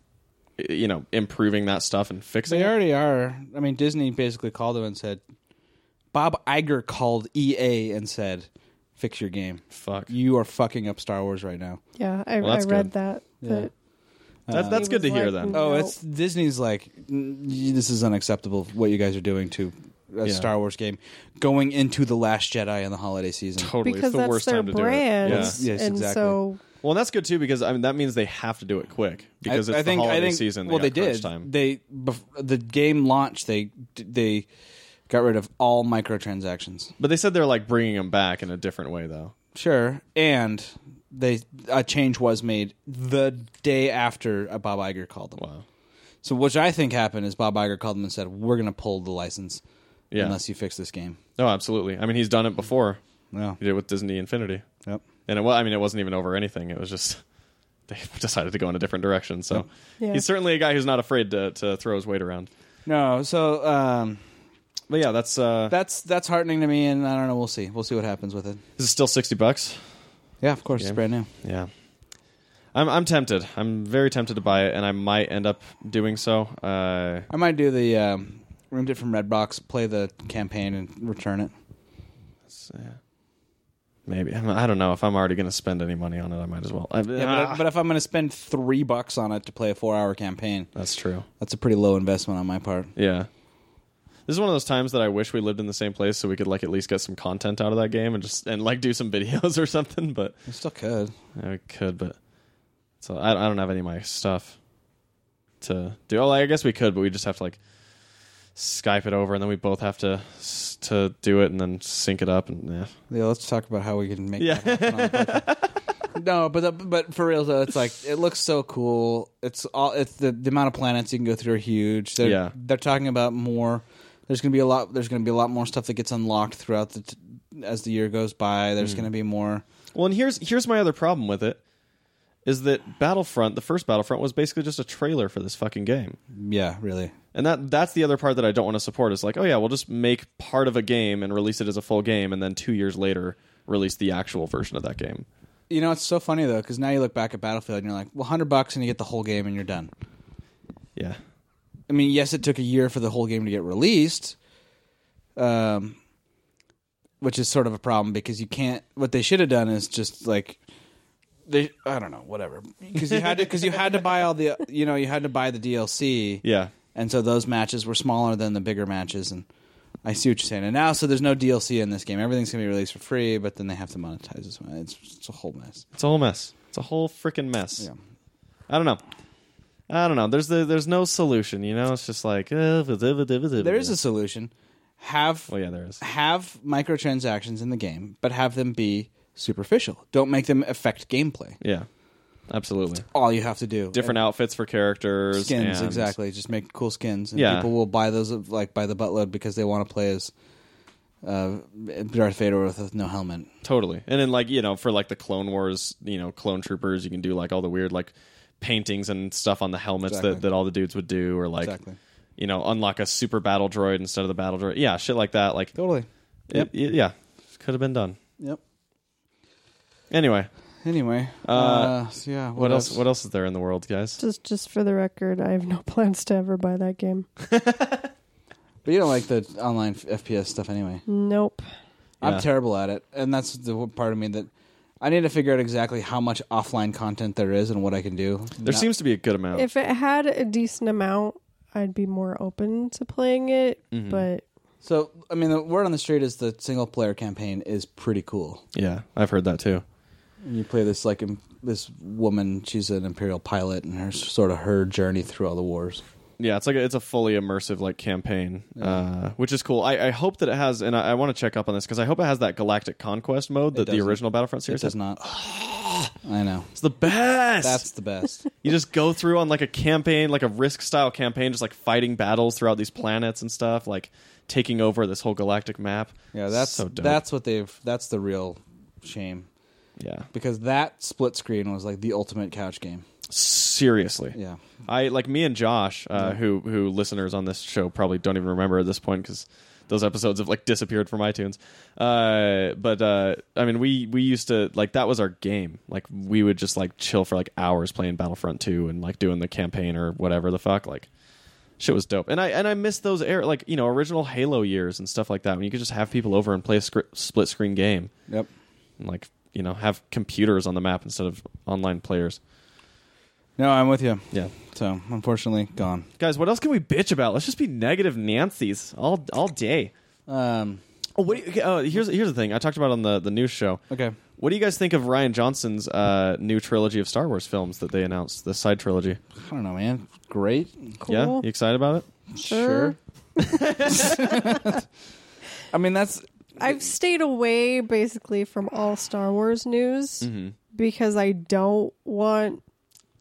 i- you know, improving that stuff and fixing They it. already are. I mean, Disney basically called them and said, Bob Iger called EA and said, fix your game. Fuck. You are fucking up Star Wars right now. Yeah, I, Well, I that's read good. that. Yeah. that- That, that's He good to was hear like, then. "Mm." Oh, No. it's Disney's like, "N- this is unacceptable what you guys are doing to a Yeah. Star Wars game going into The Last Jedi in the holiday season. Totally. because it's the that's worst their time to brand. do it. Yeah. Yes, yes, and exactly. so Well, and that's good too because I mean that means they have to do it quick because it's the holiday season. Well, got they crunch did. Time. They bef- the game launched. They they got rid of all microtransactions. But they said they're like bringing them back in a different way, though. Sure, and they a change was made the day after uh, Bob Iger called them. Wow. So, which I think happened is Bob Iger called them and said, "We're going to pull the license Yeah. unless you fix this game." No, Oh, absolutely. I mean, he's done it before. No, He did it with Disney Infinity, yep. and it was. I mean, it wasn't even over anything. It was just they decided to go in a different direction. So Yeah. he's certainly a guy who's not afraid to to throw his weight around. No, so um, But yeah, that's uh, that's that's heartening to me, and I don't know. We'll see. We'll see what happens with it. this is still sixty bucks. Yeah, of course, Yeah. it's brand new. Yeah. I'm I'm tempted. I'm very tempted to buy it, and I might end up doing so. Uh, I might do the um, rent it from Redbox, play the campaign, and return it. so, yeah. Maybe I'm- I don't know if I'm already going to spend any money on it. I might as well. I- Yeah, Ah. but, but if I'm going to spend three bucks on it to play a four-hour campaign, that's true. that's a pretty low investment on my part. Yeah. This is one of those times that I wish we lived in the same place so we could like at least get some content out of that game and just and like do some videos or something. But I still could. yeah, we could, but so I, I don't have any of my stuff to do. Oh, I guess we could, but we just have to like Skype it over, and then we both have to s- to do it and then sync it up. And yeah, Yeah, let's talk about how we can make Yeah. that happen on the podcast. no, but the, but for real though, it's like it looks so cool. It's all it's the, the amount of planets you can go through are huge. They're, Yeah. they're talking about more. There's gonna be a lot. There's gonna be a lot more stuff that gets unlocked throughout the t- as the year goes by. There's gonna be more. well, and here's here's my other problem with it is that Battlefront, the first Battlefront, was basically just a trailer for this fucking game. Yeah, really. And that that's the other part that I don't want to support is like, oh yeah, we'll just make part of a game and release it as a full game, and then two years later release the actual version of that game. You know, it's so funny though because now you look back at Battlefield and you're like, well, hundred bucks and you get the whole game and you're done. Yeah, I mean, yes, it took a year for the whole game to get released, um, which is sort of a problem because you can't. What they should have done is just like they, I don't know, whatever, because you had to because you had to buy all the you know you had to buy the DLC, yeah, and so those matches were smaller than the bigger matches, and I see what you're saying. And now, so there's no DLC in this game. Everything's gonna be released for free, but then they have to monetize this one. It's, it's a whole mess. it's a whole mess. It's a whole freaking mess. Yeah. I don't know. I don't know. There's the, there's no solution. You know, it's just like uh, There is a solution. Have Well, yeah, there is. have microtransactions in the game, but have them be superficial. Don't make them affect gameplay. Yeah, absolutely. All you have to do Different outfits for characters. And skins, and- exactly. Just make cool skins, and Yeah. people will buy those of- like by the buttload because they want to play as uh, Darth Vader with no helmet. Totally. And then like, you know, for like the Clone Wars, you know, clone troopers, you can do like all the weird like paintings and stuff on the helmets that, Exactly. that all the dudes would do or like Exactly. you know, unlock a super battle droid instead of the battle droid. Yeah, shit like that. Like Totally. it- it- yeah. Could have been done. Yep. Anyway, Anyway, uh, so yeah. what, else? what else is there in the world, guys? just just for the record, I have no plans to ever buy that game. But you don't like the online f- FPS stuff anyway. Nope. Yeah. I'm terrible at it, and that's the one part of me that I need to figure out exactly how much offline content there is and what I can do. There seems to be a good amount. If it had a decent amount, I'd be more open to playing it. Mm-hmm. But So, I mean, the word on the street is the single player campaign is pretty cool. yeah, I've heard that too. You play this like im- this woman, she's an imperial pilot, and her sort of her journey through all the wars. Yeah, it's like a, it's a fully immersive like campaign, uh, which is cool. I, I hope that it has, and I, I want to check up on this because I hope it has that Galactic Conquest mode that the doesn't. original Battlefront It series does had. not. I know. It's the best. That's the best. you just go through on like a campaign, like a Risk style campaign, just like fighting battles throughout these planets and stuff, like taking over this whole galactic map. Yeah, that's so dope. that's what they've. That's the real shame yeah, because that split screen was like the ultimate couch game. seriously. Yeah. I like me and Josh, uh, who who listeners on this show probably don't even remember at this point because those episodes have like disappeared from iTunes. Uh, but uh, I mean, we we used to like that was our game. Like we would just like chill for like hours playing Battlefront Two and like doing the campaign or whatever the fuck. Like shit was dope. And I and I miss those air like you know original Halo years and stuff like that when you could just have people over and play a scr- split screen game Yep. and like you know have computers on the map instead of online players. No, I'm with you. Yeah. So unfortunately, gone. Guys, what else can we bitch about? Let's just be negative Nancy's all all day. Um. Oh, what do you, okay, oh, here's here's the thing I talked about on the the news show. Okay. What do you guys think of Ryan Johnson's uh, new trilogy of Star Wars films that they announced? The side trilogy. I don't know, man. Great. cool. Yeah, you excited about it? Sure. I mean, that's I've stayed away basically from all Star Wars news because I don't want Mm-hmm.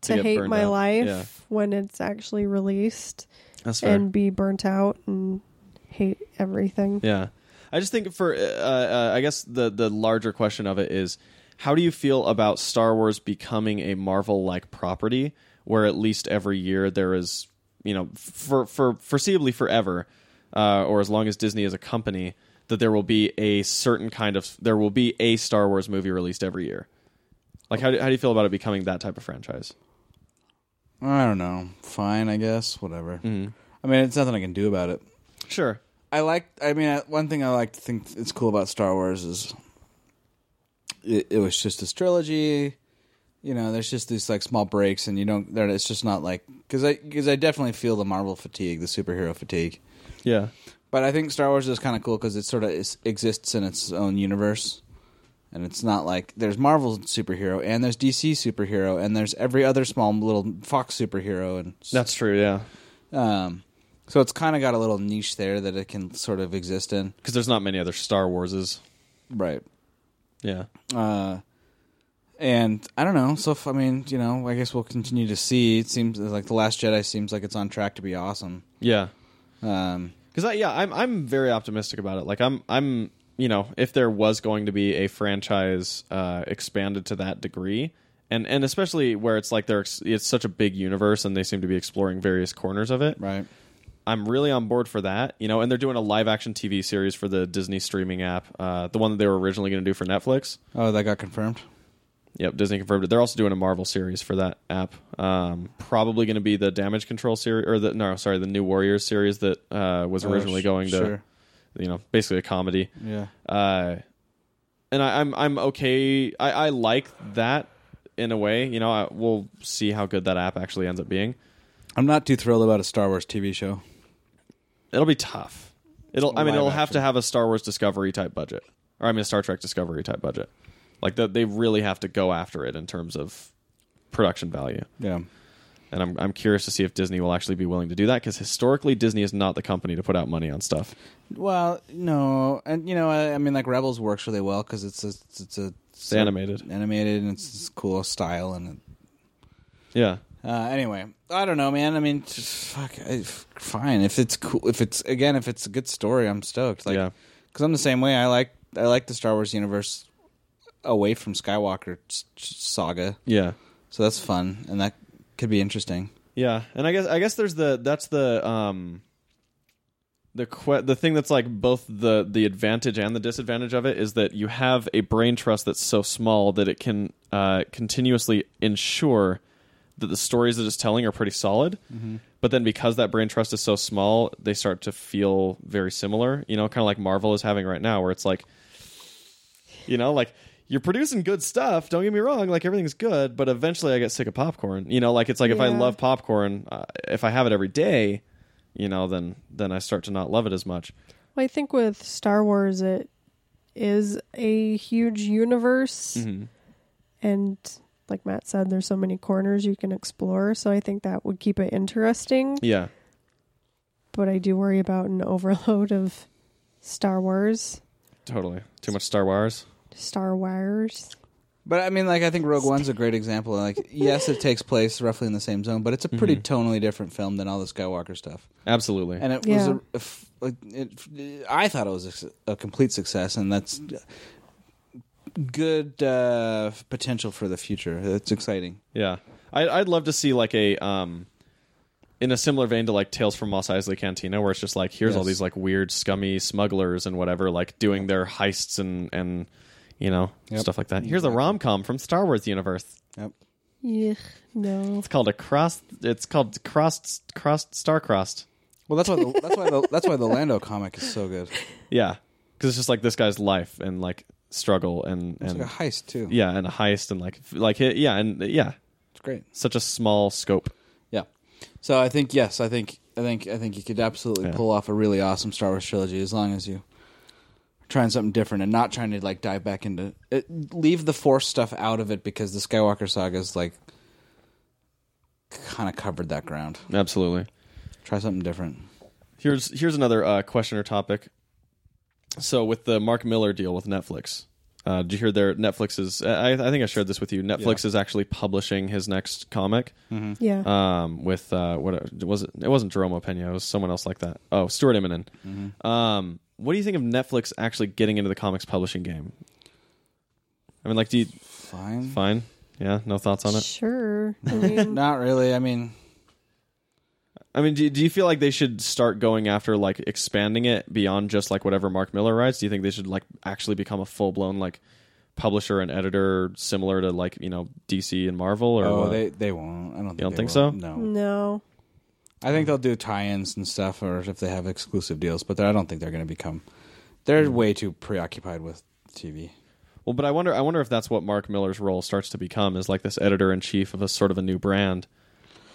To to, get hate burned my out. life Yeah. when it's actually released That's and be burnt out and hate everything. Yeah, I just think for uh, uh, I guess the the larger question of it is how do you feel about Star Wars becoming a Marvel like property, where at least every year there is you know for for foreseeably forever, uh, or as long as Disney is a company, that there will be a certain kind of there will be a Star Wars movie released every year. Like how do, how do you feel about it becoming that type of franchise? I don't know. Fine, I guess. Whatever. I mean, it's nothing I can do about it. Sure. I like. I mean, I, one thing I like to think is cool about Star Wars is it, it was just this trilogy. You know, there's just these like small breaks, and you don't. There, it's just not like because I because I definitely feel the Marvel fatigue, the superhero fatigue. Yeah. But I think Star Wars is kind of cool because it sort of is, exists in its own universe, and it's not like there's Marvel superhero and there's DC superhero and there's every other small little Fox superhero and That's true. Yeah. um, so it's kind of got a little niche there that it can sort of exist in. Because there's not many other Star Warses. Right. Yeah. Uh, and I don't know. So if, I mean, you know, I guess we'll continue to see. It seems like the Last Jedi seems like it's on track to be awesome. Yeah. Um, Because I, yeah, I'm I'm very optimistic about it. Like I'm I'm you know if there was going to be a franchise uh, expanded to that degree, and and especially where it's like they're ex- it's such a big universe and they seem to be exploring various corners of it. right. I'm really on board for that. You know, and they're doing a live action TV series for the Disney streaming app, uh, the one that they were originally going to do for Netflix. Oh, that got confirmed. Yep, Disney confirmed it. They're also doing a Marvel series for that app. Um, probably going to be the Damage Control series, or the no, sorry, the New Warriors series that uh, was Oh, originally sh- going to, sure. you know, basically a comedy. Yeah. Uh, and I, I'm I'm okay. I, I like that in a way. You know, I, we'll see how good that app actually ends up being. I'm not too thrilled about a Star Wars TV show. It'll be tough. It'll. I mean, Live it'll have to action. have a Star Wars Discovery type budget, or I mean, a Star Trek Discovery type budget. Like that, they really have to go after it in terms of production value. Yeah. and I'm I'm curious to see if Disney will actually be willing to do that because historically Disney is not the company to put out money on stuff. Well, no, and you know, I, I mean, like Rebels works really well because it's a, it's, it's a it's animated. animated, and it's this cool style. And Yeah, uh, anyway, I don't know, man. I mean, just, fuck, I, f- fine. If it's cool, if it's again, if it's a good story, I'm stoked. Like, Yeah. because I'm the same way. I like I like the Star Wars universe away from Skywalker s- s- saga, yeah, so that's fun, and that could be interesting. yeah. And I guess I guess there's the that's the um the que- the thing that's like both the the advantage and the disadvantage of it is that you have a brain trust that's so small that it can uh, continuously ensure that the stories that it's telling are pretty solid. But then because that brain trust is so small, they start to feel very similar. You know, kind of like Marvel is having right now, where it's like you know like you're producing good stuff. Don't get me wrong; like everything's good, but eventually I get sick of popcorn. You know, like it's like if I Yeah. love popcorn, uh, if I have it every day, you know, then then I start to not love it as much. Well, I think with Star Wars, it is a huge universe, Mm-hmm. and like Matt said, there's so many corners you can explore. So I think that would keep it interesting. Yeah, But I do worry about an overload of Star Wars, totally. Too much Star Wars. Star Wars. But I mean, like I think Rogue One's a great example. Like, yes, it takes place roughly in the same zone, but it's a pretty tonally different film than all the Skywalker stuff. Absolutely. And it was Yeah. a, a f- like it, I thought it was a, a complete success, and that's good uh, potential for the future. It's exciting. Yeah, I, I'd love to see like a um, in a similar vein to like Tales from Mos Eisley Cantina, where it's just like here's all Yes. these like weird, scummy smugglers and whatever, like doing their heists and and you know Yep. Mm-hmm. stuff like that. Here's a rom com from Star Wars universe. Yep. Yuck, no. It's called a cross. It's called crossed crossed star crossed. Well, that's why the, that's why the, that's why the Lando comic is so good. Yeah, because it's just like this guy's life and like struggle and It's and like a heist too. yeah, and a heist and like f- like hi- yeah and yeah, it's great. such a small scope. Yeah. So I think yes, I think I think I think you could absolutely Yeah. pull off a really awesome Star Wars trilogy as long as you are trying something different and not trying to like dive back into it, leave the Force stuff out of it because the Skywalker saga is like kind of covered that ground. Absolutely. Try something different. Here's here's another uh, question or topic. So with the Mark Miller deal with Netflix, uh, did you hear their Netflix is? I, I think I shared this with you. Netflix is actually publishing his next comic. Yeah. Um, with uh, what was it? It wasn't Jerome Pena. It was someone else like that. Oh, Stuart Eminem. Um, what do you think of Netflix actually getting into the comics publishing game? I mean, like, do you Fine. fine? Yeah, no thoughts on it. sure. I mean, Not really. I mean, I mean, do, do you feel like they should start going after like expanding it beyond just like whatever Mark Miller writes? Do you think they should like actually become a full blown like publisher and editor similar to like you know DC and Marvel or oh, what? they they won't. I don't. Think don't they think will. so? No. no. I think they'll do tie-ins and stuff, or if they have exclusive deals. But I don't think they're going to become. They're Hmm. way too preoccupied with TV. Well, but I wonder. I wonder if that's what Mark Miller's role starts to become is like this editor in chief of a sort of a new brand.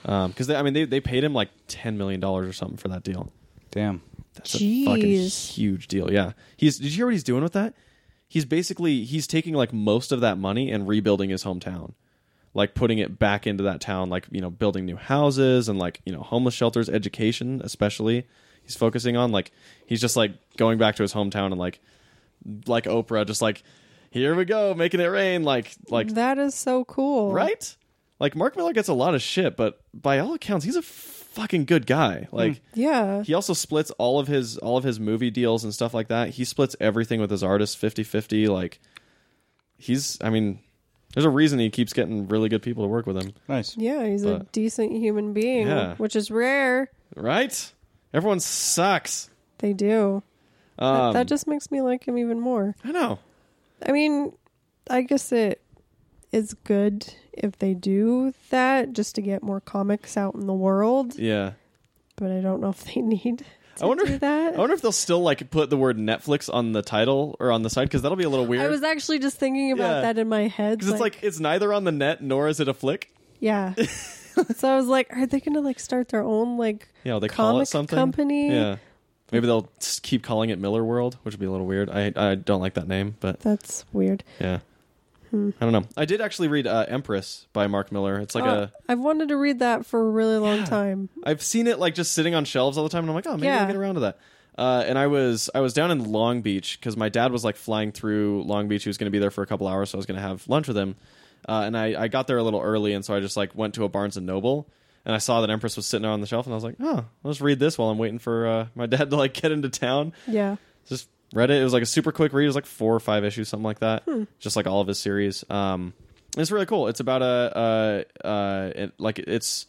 Because they I mean, they they paid him like ten million dollars or something for that deal. Damn. That's a fucking Jeez. huge deal. Yeah. He's. Did you hear what he's doing with that? He's basically he's taking like most of that money and rebuilding his hometown, like putting it back into that town, like you know building new houses and like you know homeless shelters, education especially. He's focusing on like he's just like going back to his hometown and like like Oprah, just like here we go, making it rain, like like That is so cool. right. Like Mark Miller gets a lot of shit, but by all accounts, he's a fucking good guy. Like Yeah. he also splits all of his all of his movie deals and stuff like that. He splits everything with his artists 50-50 like he's I mean there's a reason he keeps getting really good people to work with him, Nice. Yeah, he's a But- decent human being, Yeah. which is rare. right? Everyone sucks. They do. Um, that, that just makes me like him even more. I know. I mean, I guess it is good if they do that just to get more comics out in the world, Yeah. but I don't know if they need to I wonder do that. I wonder if they'll still like put the word Netflix on the title or on the side cuz that'll be a little I weird. was actually just thinking about Yeah. that in my head. Cuz it's like it's neither on the net nor is it a flick. yeah. so I was like, are they going to like start their own like Yeah, they call it comic something. company? Yeah. Maybe they'll s- keep calling it Miller World, which would be a little weird. I I don't like that name, but That's weird. Yeah. I don't know. I did actually read uh, Empress by Mark Miller. It's like Uh, a I've wanted to read that for a really long time. I've seen it like just sitting on shelves all the time, and I'm like, oh, maybe I'll Yeah. get around to that. Uh, and I was I was down in Long Beach because my dad was like flying through Long Beach. He was going to be there for a couple hours, so I was going to have lunch with him. Uh, and I, I got there a little early, and so I just like went to a Barnes and Noble, and I saw that Empress was sitting there on the shelf, and I was like, oh, let's read this while I'm waiting for uh, my dad to like get into town Yeah. just read it. It was like a super quick read. It was like four or five issues, something like that. Just like all of his series. Um, and it's really cool. It's about a, uh uh it, like it's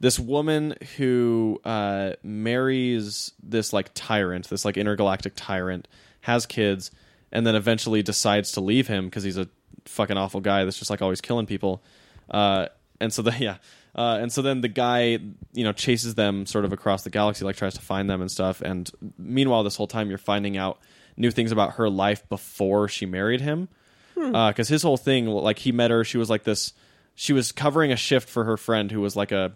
this woman who uh, marries this like tyrant, this like intergalactic tyrant, has kids, and then eventually decides to leave him because he's a fucking awful guy that's just like always killing people. Uh, and so the yeah, uh, and so then the guy you know chases them sort of across the galaxy, like tries to find them and stuff. And meanwhile, this whole time you're finding out new things about her life before she married him. because his whole thing, like he met her, she was like this, she was covering a shift for her friend who was like a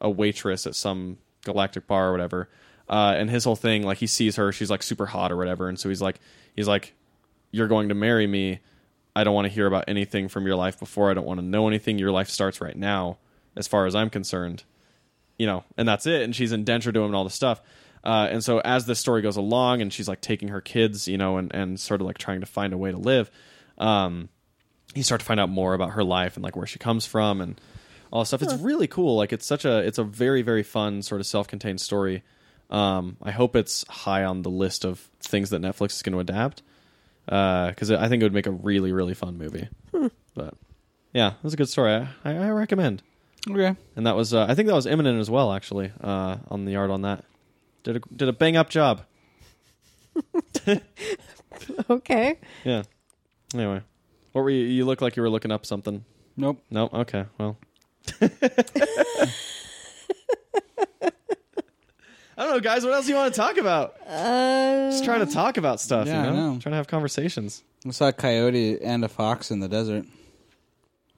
a waitress at some galactic bar or whatever. Uh, and his whole thing, like he sees her, she's like super hot or whatever, and so he's like, he's like, you're going to marry me. I don't want to hear about anything from your life before. I don't want to know anything. Your life starts right now, as far as I'm concerned you know, and that's it. And she's indentured to him and all this stuff. Uh, and so as this story goes along, and she's like taking her kids, you know, and and sort of like trying to find a way to live. Um, you start to find out more about her life and like where she comes from and all this stuff. It's really cool. Like it's such a it's a very very fun sort of self contained story. Um, I hope it's high on the list of things that Netflix is going to adapt because Uh, I think it would make a really really fun movie. But yeah, it was a good story. I, I, I recommend Okay. and that was uh, I think that was Eminem as well actually uh, on the art on that did a did a bang up job Okay. yeah anyway what were you you look like you were looking up something Nope. no okay well I don't know guys what else do you want to talk about Uh, just trying to talk about stuff Yeah, you I know? know. trying to have conversations I saw a coyote and a fox in the desert.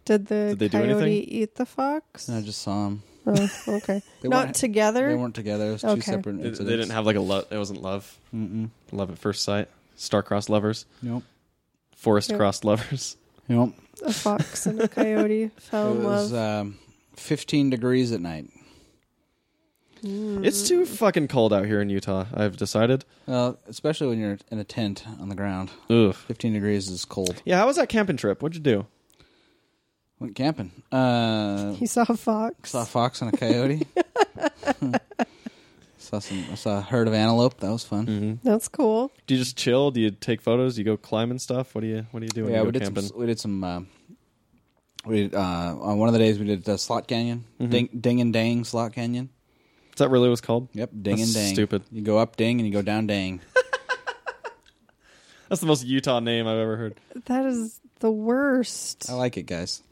did the Did they do coyote anything? eat the fox? I just saw them. Oh, okay. They Not weren't- together. They weren't together. It was two Okay. separate they, incidents. they didn't have like a love it wasn't love Mm-mm. love at first sight star-crossed lovers Nope. forest Yeah. crossed lovers Nope. A fox and a coyote fell It in love. was uh, um, 15 degrees at night. Hmm. Mm-hmm. it's too fucking cold out here in Utah I've decided Well, especially when you're in a tent on the ground. Ugh. 15 degrees is cold. Yeah, how was that camping trip? What'd you do? Went camping. Uh, he saw a fox. saw a fox and a coyote. saw some. I saw a herd of antelope. That was fun. That's cool. Do you just chill? Do you take photos? Do you go climbing stuff? What do you What do you do when Yeah, you we go did, some, camping? we did some. Uh, we did, uh, on one of the days we did uh, Slot Canyon, Mm-hmm. ding, ding and Dang Slot Canyon. Is that really what it's called? Yep, Ding That's and Dang. Stupid. You go up Ding and you go down Dang. That's the most Utah name I've ever heard. That is the worst. I like it, guys.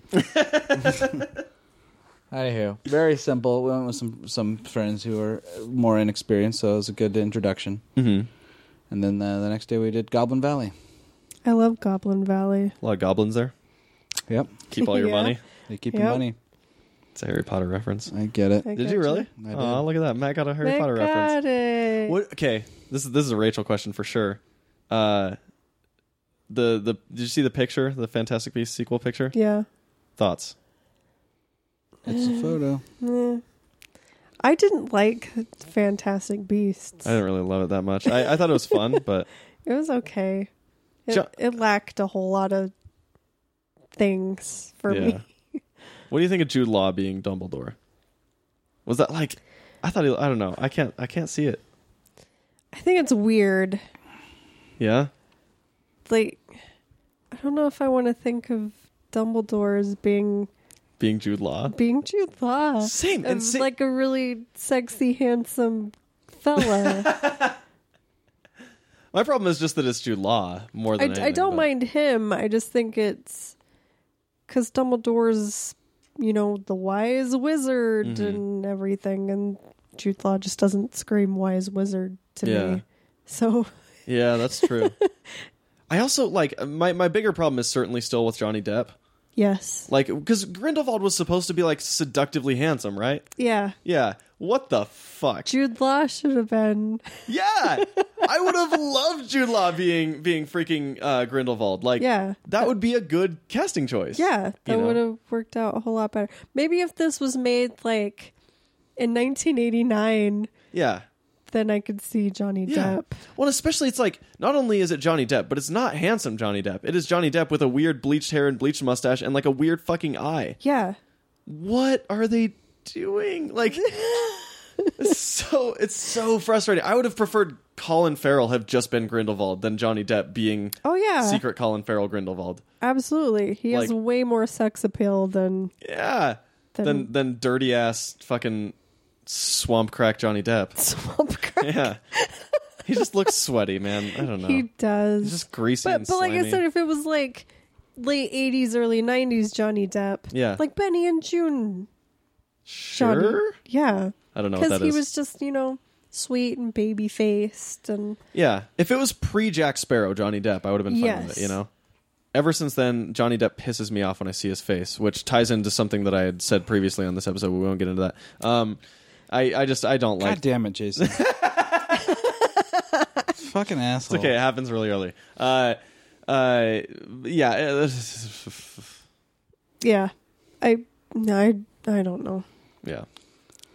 Anywho, very simple. We went with some some friends who were more inexperienced, so it was a good introduction. Mm-hmm. And then uh, the next day we did Goblin Valley. I love Goblin Valley. A lot of goblins there. Yep, Keep all your Yeah. money. they keep Yep. your money. It's a Harry Potter reference. I get it. I Did you really? I did. Oh, look at that! Matt got a Harry They Potter got reference. it. What? Okay, this is this is a Rachel question for sure. Uh, the the Did you see the picture? The Fantastic Beasts sequel picture. Yeah. Thoughts? It's a photo. Yeah. I didn't like Fantastic Beasts. I didn't really love it that much. I, I thought it was fun, but It was okay. It, Jo- it lacked a whole lot of things for yeah. me. What do you think of Jude Law being Dumbledore? Was that like? I thought he. I don't know. I can't. I can't see it. I think it's weird. Yeah. Like, I don't know if I want to think of Dumbledore as being Being Jude Law. being Jude Law. Same, and Of, sa- Uh, um, like a really sexy, handsome fella. My problem is just that it's Jude Law more I, than I anything, don't but- mind him. I just think it's because Dumbledore's, you know, the wise wizard and everything, and Jude Law just doesn't scream wise wizard to Yeah. me. So Yeah, that's true. I also like my my bigger problem is certainly still with Johnny Depp. yes, Like because Grindelwald was supposed to be like seductively handsome, right? yeah, Yeah. What the fuck? Jude Law should have been. Yeah, I would have loved Jude Law being being freaking uh, Grindelwald. Like, Yeah. that would be a good casting choice. Yeah, You that know? would have worked out a whole lot better. Maybe if this was made like in 1989, yeah, then I could see Johnny yeah. Depp. Well, especially it's like not only is it Johnny Depp, but it's not handsome Johnny Depp. It is Johnny Depp with a weird bleached hair and bleached mustache and like a weird fucking eye. Yeah, What are they doing? Like, it's so it's so frustrating. I would have preferred Colin Farrell have just been Grindelwald than Johnny Depp being Oh, yeah. secret Colin Farrell Grindelwald. absolutely. He has Like- way more sex appeal than Yeah. Then then, Then- dirty ass fucking swamp crack Johnny Depp. Swamp Crack. Yeah. he just looks sweaty, man. I don't know. He He's does. just greasy but and but like I slimy. said, if it was like late eighties, early nineties Johnny Depp. Yeah. Like Benny and June Johnny. sure. Yeah. I don't know what Because that he is. was just, you know, sweet and baby faced and Yeah. If it was pre Jack Sparrow Johnny Depp, I would have been fine with Yes. it, you know. ever since then, Johnny Depp pisses me off when I see his face, which ties into something that I had said previously on this episode. But we won't get into that. Um, I, I just I don't like. God damn it, Jason. Fucking asshole. Okay, it happens really early. Uh, uh, yeah. uh, Yeah. I no, I I don't know Yeah.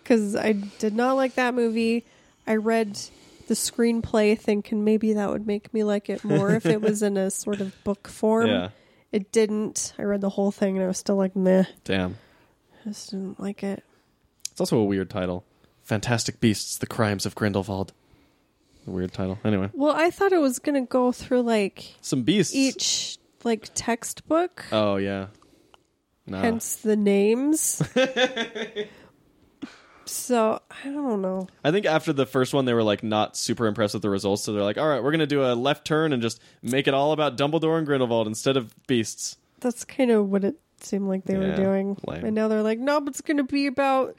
because I did not like that movie. I read the screenplay, thinking maybe that would make me like it more if it was in a sort of book form. Yeah. It didn't. I read the whole thing and I was still like, meh. Damn. I just didn't like it. It's also a weird title. Fantastic Beasts: The Crimes of Grindelwald. A weird title. Anyway, Well, I thought it was gonna go through like some beasts. each like textbook, Oh yeah. No. hence the names. so I don't know. I think after the first one, they were like not super impressed with the results, so they're like, "All right, we're gonna do a left turn and just make it all about Dumbledore and Grindelwald instead of beasts." That's kind of what it seemed like they were Yeah, doing. lame. And now they're like, no, but it's going to be about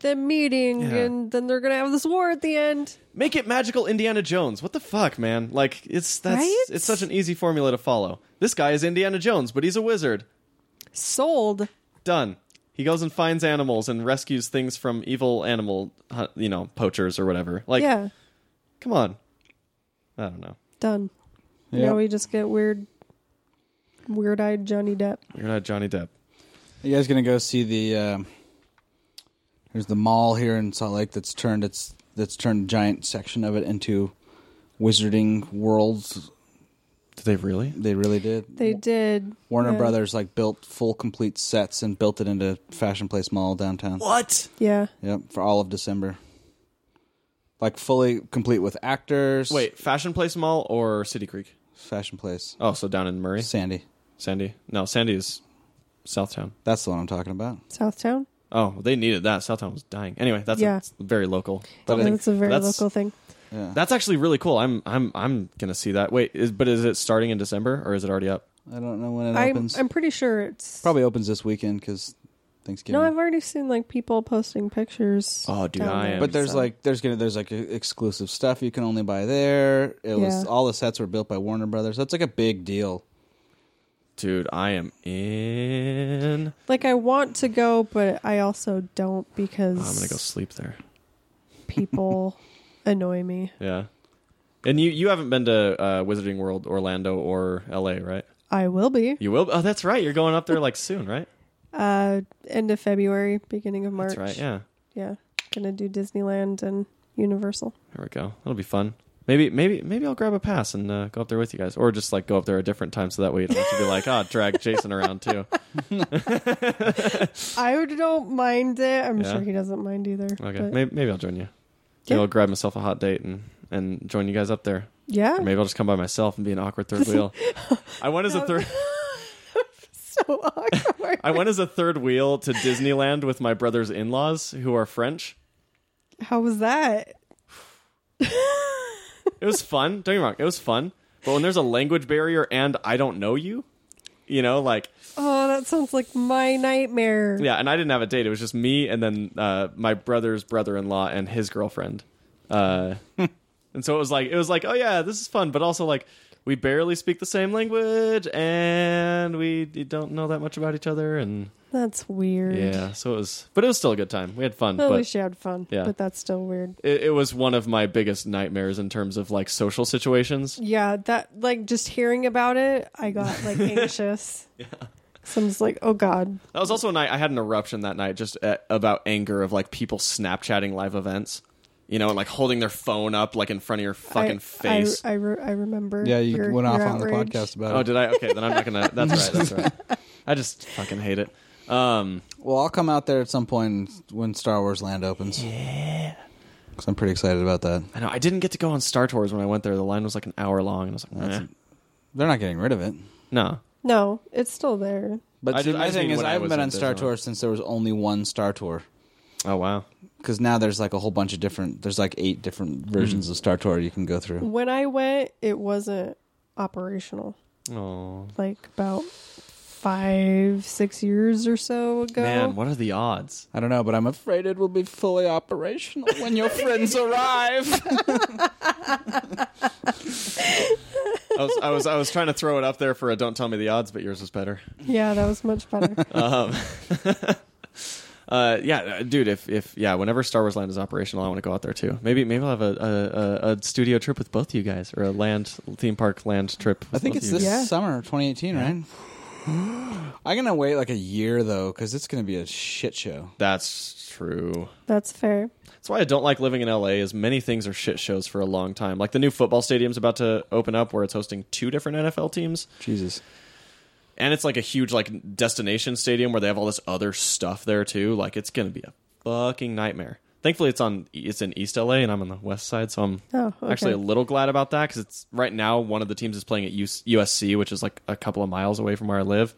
them meeting, Yeah. and then they're going to have this war at the end. Make it magical Indiana Jones. What the fuck, man? Like it's that's Right? it's such an easy formula to follow. This guy is Indiana Jones, but he's a wizard. Sold. Done. He goes and finds animals and rescues things from evil animal, hu- you know, poachers or whatever. Like, yeah, come on. I don't know. done. Yeah. Now we just get weird, weird eyed Johnny Depp. You're not Johnny Depp. You guys gonna go see the? um there's the mall here in Salt Lake that's turned its that's turned a giant section of it into Wizarding Worlds. Did they really? They really did. They did. Warner yeah. Brothers like built full complete sets and built it into Fashion Place Mall downtown. What? Yeah. Yep, for all of December. Like fully complete with actors. Wait, Fashion Place Mall or City Creek? Fashion Place. Oh, so down in Murray, Sandy. Sandy. No, Sandy is Southtown. That's the one I'm talking about. Southtown. Oh, they needed that. Southtown was dying. Anyway, that's Yeah. a, it's very local. But Yeah, I think that's a very that's- local thing. Yeah. That's actually really cool. I'm I'm I'm gonna see that. Wait, is, but is it starting in December or is it already up? I don't know when it I'm, opens. I'm pretty sure it's. Probably opens this weekend because Thanksgiving. No, I've already seen like people posting pictures. Oh, dude, down I there, am- but there's so- like there's gonna there's like e- exclusive stuff you can only buy there. It was Yeah. all the sets were built by Warner Brothers. That's like a big deal. Dude, I am in. like I want to go, but I also don't because I'm gonna go sleep there. people annoy me. Yeah. And you you haven't been to uh, Wizarding World Orlando or L.A. right? I will be. You will. Oh, that's right. You're going up there like soon, right? Uh, end of February, beginning of March. That's right. Yeah. Yeah. Gonna do Disneyland and Universal. There we go. That'll be fun. Maybe, maybe, maybe I'll grab a pass and uh, go up there with you guys, or just like go up there a different time, so that way you don't have to be like, ah, drag Jason around too. I don't mind it. I'm Yeah. sure he doesn't mind either. Okay, but- maybe, maybe I'll join you. Yeah. Maybe I'll grab myself a hot date and and join you guys up there. yeah. Or maybe I'll just come by myself and be an awkward third wheel. I went as a third. So awkward. I went as a third wheel to Disneyland with my brother's in-laws who are French. How was that? It was fun. Don't get me wrong. It was fun. But when there's a language barrier and I don't know you, you know, like Oh, that sounds like my nightmare. Yeah, and I didn't have a date. It was just me and then uh, my brother's brother-in-law and his girlfriend. Uh, and so it was like it was like, oh yeah, this is fun, but also like we barely speak the same language and we don't know that much about each other and That's weird. yeah, so it was but it was still a good time. We had fun, Well, at but least you had fun. Yeah. But that's still weird. it, it was one of my biggest nightmares in terms of like social situations. Yeah, that like just hearing about it, I got like anxious. yeah. So I'm just like, oh god. That was also a night I had an eruption that night just uh about anger of like people Snapchatting live events. You know, and like holding their phone up like in front of your fucking I- face. I, I, re- I remember. Yeah, you your- went off your on the outrage. podcast about Oh, it. did I? Okay, then I'm not gonna. That's right. That's right. I just fucking hate it. Um, Well, I'll come out there at some point when Star Wars Land opens. Yeah, because I'm pretty excited about that. I know I didn't get to go on Star Tours when I went there. The line was like an hour long, and I was like, eh, They're not getting rid of it. no. No, it's still there. But I see, ju- I my just thing mean is, when I I haven't was been in on Star Disneyland. Tour since there was only one Star Tour. Oh wow. Because now there's like a whole bunch of different. There's like eight different Mm. versions of Star Tour you can go through. When I went, it wasn't operational. Oh Like about five, six years or so ago. man, what are the odds? I don't know, but I'm afraid it will be fully operational when your friends arrive. I was, I was I was trying to throw it up there for a "Don't tell me the odds," but yours was better. Yeah, that was much better. Uh, yeah, uh, dude. If if yeah, whenever Star Wars Land is operational, I want to go out there too. Maybe maybe I'll have a a, a, a studio trip with both you guys, or a land theme park land trip. I with think both it's you this guys. Yeah. summer, 2018, right? I'm gonna wait like a year though, because it's gonna be a shit show. That's true. That's fair. That's why I don't like living in LA. Is many things are shit shows for a long time. Like the new football stadium's about to open up, where it's hosting two different NFL teams. Jesus. and it's like a huge like destination stadium where they have all this other stuff there too. Like it's gonna be a fucking nightmare. Thankfully, it's on it's in East LA, and I'm on the West Side, so I'm Oh, okay. actually a little glad about that because it's right now one of the teams is playing at US, USC, which is like a couple of miles away from where I live.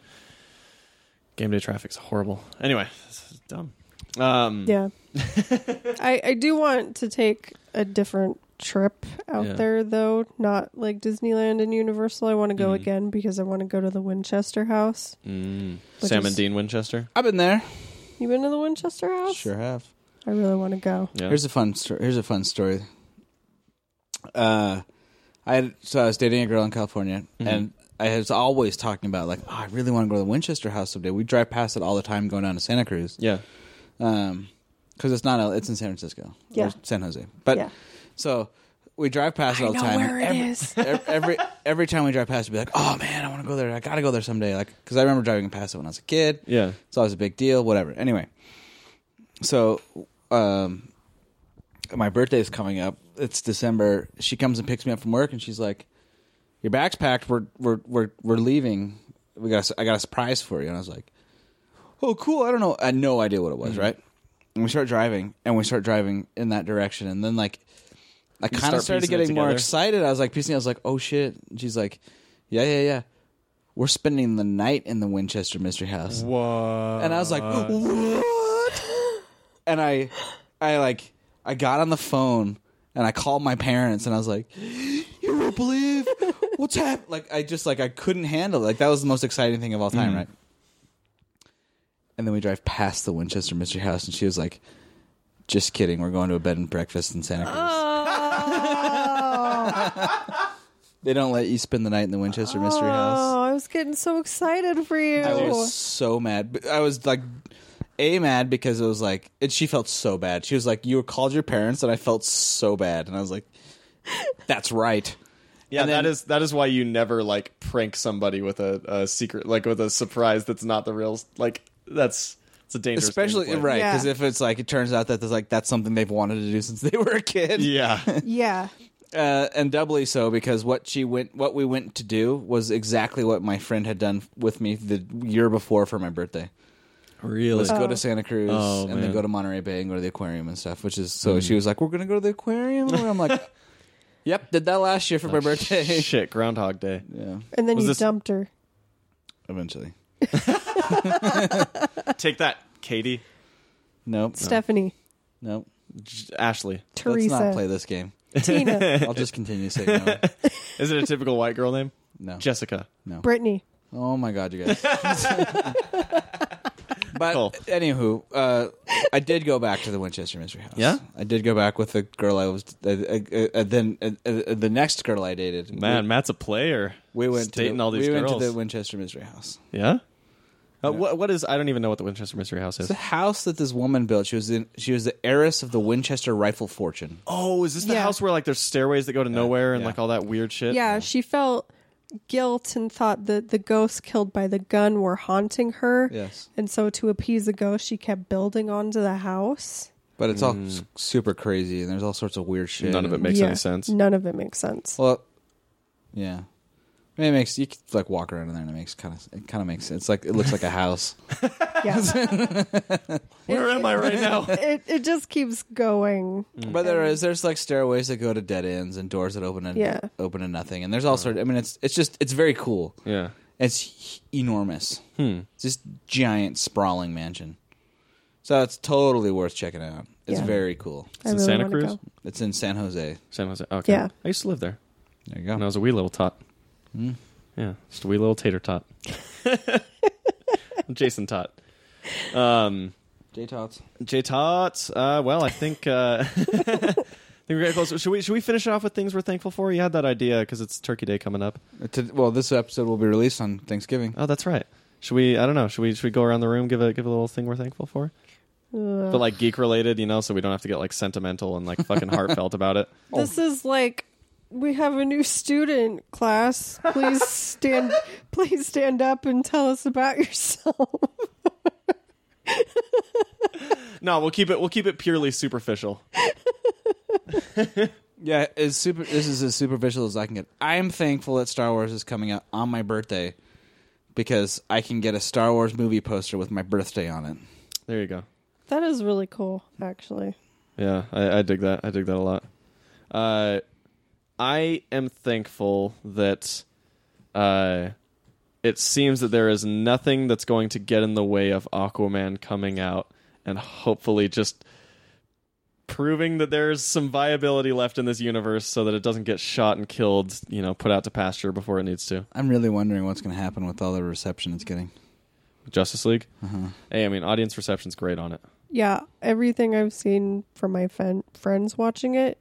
Game day traffic's horrible. Anyway, this is dumb. Um, Yeah. I, I do want to take a different trip out Yeah. there though, not like Disneyland and Universal. I want to go Mm-hmm. again because I want to go to the Winchester House. mm, Which Sam is- and Dean Winchester. I've been there. You been to the Winchester House? Sure have. I really want to go. Yeah. Here's a fun story. Here's a fun story. Uh, I had, so I was dating a girl in California, and I was always talking about like, oh, I really want to go to the Winchester House someday. We drive past it all the time going down to Santa Cruz, yeah. um, because it's not L- it's in San Francisco, Yeah. or San Jose. But Yeah. so we drive past it I all the know time. where it every, is. ev- every every time we drive past, it, we'd be like, oh man, I want to go there. I gotta go there someday. Like, because I remember driving past it when I was a kid. Yeah. It's always a big deal, whatever. Anyway, so um, my birthday's coming up. It's December. She comes and picks me up from work, and she's like, "Your bag's packed. We're we're we're we're leaving. We got a- I got a surprise for you." And I was like, "Oh, cool. I don't know. I had no idea what it Mm-hmm. was, right?" And we start driving, and we start driving in that direction, and then like. I kind start of started piecing it getting more together. excited. I was like piecing. I was like, "Oh shit!" And she's like, "Yeah, yeah, yeah. We're spending the night in the Winchester Mystery House." What? and I was like, "What?" And I, I like, I got on the phone and I called my parents, and I was like, "You won't believe what's happened!" Like, I just like I couldn't handle it. Like that was the most exciting thing of all time, right? And then we drive past the Winchester Mystery House, and she was like, "Just kidding, we're going to a bed and breakfast in Santa Cruz." they don't let you spend the night in the Winchester Mystery House. Oh, I was getting so excited for you. I was so mad. But I was like, a mad because it was like, and she felt so bad. She was like, "You called your parents," and I felt so bad. And I was like, "That's right." Yeah, And then- that is that is why you never like prank somebody with a, a secret, like with a surprise that's not the real. Like that's it's a dangerous, game to Especially play. right Yeah. because if it's like it turns out that there's like that's something they've wanted to do since they were a kid, Yeah, yeah. uh, and doubly so because what she went, what we went to do was exactly what my friend had done with me the year before for my birthday. really. Let's go to Santa Cruz Oh, and man. Hmm. then go to Monterey Bay and go to the aquarium and stuff. Which is so she was like, "We're gonna go to the aquarium," and I'm like, "Yep, did that last year for my birthday." Shit, Groundhog Day. yeah, And then Was you this- dumped her. eventually. Take that, Katie, Nope, Stephanie, nope. J- Ashley. Teresa, Let's not play this game. Tina, I'll just continue saying no. Is it a typical white girl name? No. Jessica. Brittany. Oh my god, you guys. but Cool. anywho, uh, I did go back to the Winchester Mystery House. Yeah? I did go back with the girl I was. Uh, uh, uh, then uh, uh, the next girl I dated. Man, Matt's a player. we, we went to dating the, all these we girls. went to the Winchester Mystery House. yeah. Uh, What what is? I don't even know what the Winchester Mystery House is. It's a house that this woman built. She was in, she was the heiress of the Winchester rifle fortune. Oh, is this the Yeah. house where like there's stairways that go to nowhere and yeah. like all that weird shit? Yeah, she felt guilt and thought that the ghosts killed by the gun were haunting her. Yes. And so to appease the ghost, she kept building onto the house. But it's all s- super crazy, and there's all sorts of weird shit. Mm. None of it makes Yeah. any sense. None of it makes sense. Well, yeah, I mean, it makes you could, like walk around in there, and it makes kind of it kind of makes sense. It's like it looks like a house. Yeah. Where am I right now? it, it just keeps going. Mm. But there is there's like stairways that go to dead ends and doors that open and Yeah. open to nothing, and there's all sort. I mean, it's it's just it's very cool. yeah. It's h- enormous. Hmm. It's this giant sprawling mansion. So it's totally worth checking out. It's Yeah. very cool. I in really Santa wanna Cruz? go. It's in San Jose. San Jose. Okay. Yeah. I used to live there. There you go. Mm. when I was a wee little tot. Yeah, just a wee little tater tot. Jason tot. Um, J Tots. J tots. Uh, well, I think uh, think we're getting close. Should we should we finish off with things we're thankful for? You had that idea because it's Turkey Day coming up. Uh, To- well, this episode will be released on Thanksgiving. Oh, that's right. Should we? I don't know. Should we? Should we go around the room give a give a little thing we're thankful for? But like geek related, you know, so we don't have to get like sentimental and like fucking heartfelt about it. This is like we have a new student class. Please stand please stand up and tell us about yourself. No, we'll keep it. We'll keep it purely superficial. Yeah, as super. This is as superficial as I can get. I am thankful that Star Wars is coming out on my birthday because I can get a Star Wars movie poster with my birthday on it. There you go. that is really cool, actually. Yeah, I, I dig that. I dig that a lot. Uh, I am thankful that uh, it seems that there is nothing that's going to get in the way of Aquaman coming out and hopefully just proving that there's some viability left in this universe so that it doesn't get shot and killed, you know, put out to pasture before it needs to. I'm really wondering what's going to happen with all the reception it's getting. Justice League. Hey, I mean, audience reception's great on it. Yeah, everything I've seen from my fen- friends watching it,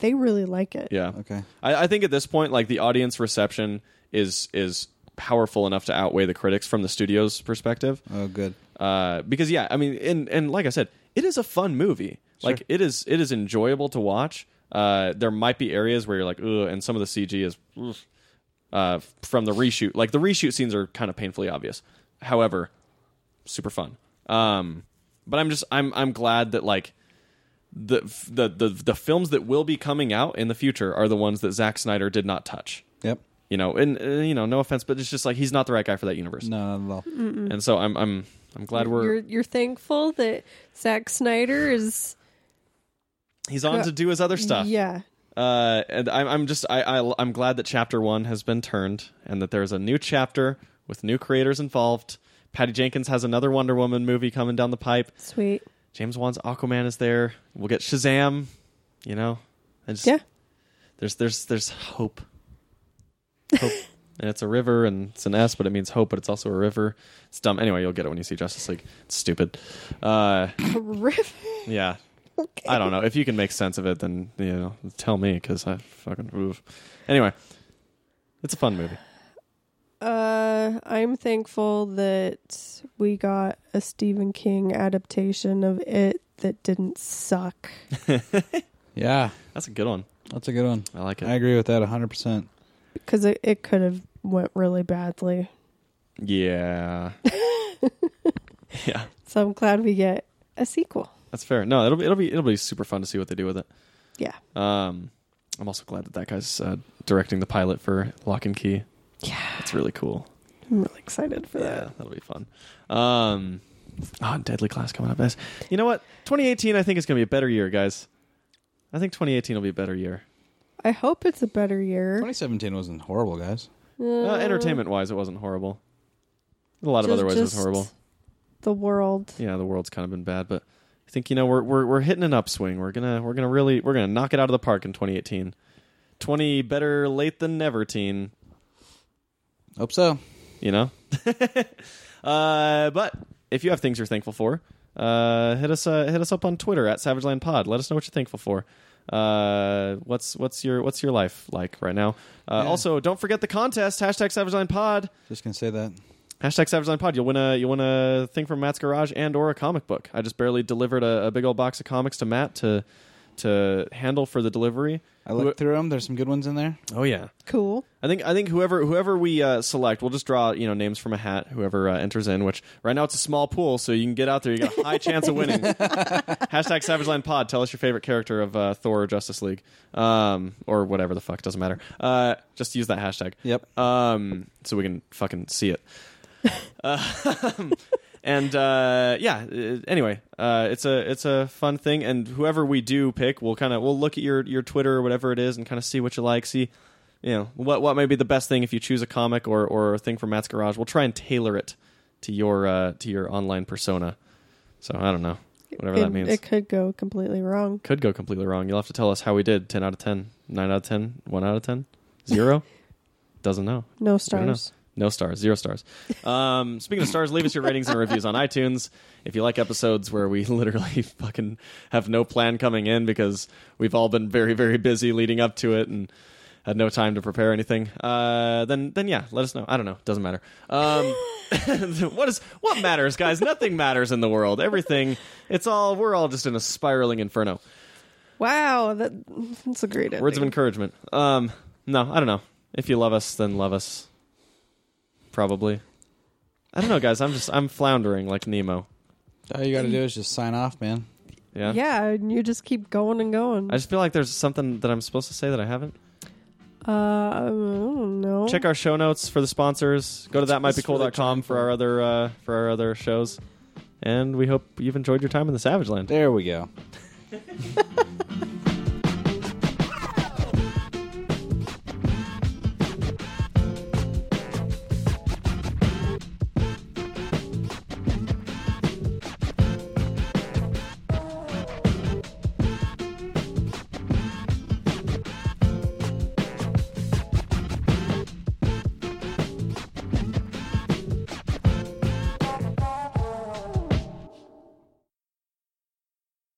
they really like it. Yeah. Okay. I, I think at this point, like the audience reception is is powerful enough to outweigh the critics from the studio's perspective. Oh, good. Uh, because yeah, I mean, and and like I said, it is a fun movie. Like it is it is enjoyable to watch. Uh, there might be areas where you're like, ugh, and some of the CG is ugh, uh, from the reshoot. Like the reshoot scenes are kind of painfully obvious. However, super fun. Um, but I'm just I'm I'm glad that like the the the the films that will be coming out in the future are the ones that Zack Snyder did not touch. Yep. You know, and uh, you know, no offense, but it's just like he's not the right guy for that universe. No, not at all. And so I'm I'm I'm glad we're You're you're thankful that Zack Snyder is he's on to do his other stuff. Yeah. Uh, and I'm I'm just I, I I'm glad that chapter one has been turned and that there's a new chapter with new creators involved. Patty Jenkins has another Wonder Woman movie coming down the pipe. Sweet. James Wan's Aquaman is there. We'll get Shazam. You know, and just, Yeah. There's there's there's hope. Hope. and it's a river and it's an S, but it means hope, but it's also a river. It's dumb. Anyway, you'll get it when you see Justice League. It's stupid. Uh, Terrific. yeah. I don't know. If you can make sense of it, then you know, tell me because I fucking oof. Anyway, it's a fun movie. Uh, I'm thankful that we got a Stephen King adaptation of it that didn't suck. Yeah, That's a good one. that's a good one. I like it. I agree with that 100%. because it, it could have went really badly. yeah. yeah, So I'm glad we get a sequel. that's fair. No, it'll be it'll be it'll be super fun to see what they do with it. Yeah. Um, I'm also glad that that guy's uh, directing the pilot for Lock and Key. Yeah. That's really cool. I'm really excited for that. Yeah, that'll be fun. Um, oh, Deadly Class coming up, guys. You know what? 2018, I think is going to be a better year, guys. I think 2018 will be a better year. I hope it's a better year. 2017 wasn't horrible, guys. Uh, entertainment wise, it wasn't horrible. A lot of Ju- other ways it was just horrible. The world. Yeah, the world's kind of been bad, but I think you know we're we're we're hitting an upswing. We're gonna we're gonna really we're gonna knock it out of the park in 2018. 20 better late than never, teen. Hope so. You know. uh, but if you have things you're thankful for, uh, hit us uh, hit us up on Twitter at Savageland Pod. Let us know what you're thankful for. Uh, what's what's your what's your life like right now? Uh, Also, don't forget the contest hashtag Savageland Pod. Just going to say that. Hashtag Savage Line Pod. You'll win a you win a thing from Matt's garage and or a comic book. I just barely delivered a, a big old box of comics to Matt to to handle for the delivery. I Who- looked through them. There's some good ones in there. oh yeah. Cool. I think I think whoever whoever we uh, select, we'll just draw you know names from a hat. Whoever uh, enters in, which right now it's a small pool, so you can get out there. You got a high chance of winning. Hashtag Savage Line Pod. Tell us your favorite character of uh, Thor or Justice League, um, or whatever the fuck doesn't matter. Uh, just use that hashtag. Yep. Um, so we can fucking see it. Um, and uh, yeah uh, anyway uh, it's a it's a fun thing and whoever we do pick we'll kind of we'll look at your your twitter or whatever it is and kind of see what you like see you know what what may be the best thing if you choose a comic or or a thing from matt's garage we'll try and tailor it to your uh to your online persona so i don't know whatever that It- means It could go completely wrong. could go completely wrong you'll have to tell us how we did 10 out of 10 9 out of 10 1 out of 10 0 doesn't know don't know. No stars. No stars, zero stars. Um, speaking of stars, leave us your ratings and reviews on iTunes. If you like episodes where we literally fucking have no plan coming in because we've all been very, very busy leading up to it and had no time to prepare anything, uh, then then yeah, let us know. I don't know, doesn't matter. Um, what is what matters, guys? Nothing matters in the world. Everything, it's all we're all just in a spiraling inferno. Wow, that, that's a great Words of ending. encouragement. Um, no, I don't know. If you love us, then love us. Probably. I don't know, guys. I'm just I'm floundering like Nemo. All you got to do is just sign off, man. Yeah. Yeah, and you just keep going and going. I just feel like there's something that I'm supposed to say that I haven't. uh, I don't know. Check our show notes for the sponsors. Go to thatmightbecool.com for our other uh, for our other shows. And we hope you've enjoyed your time in the Savage Land. There we go.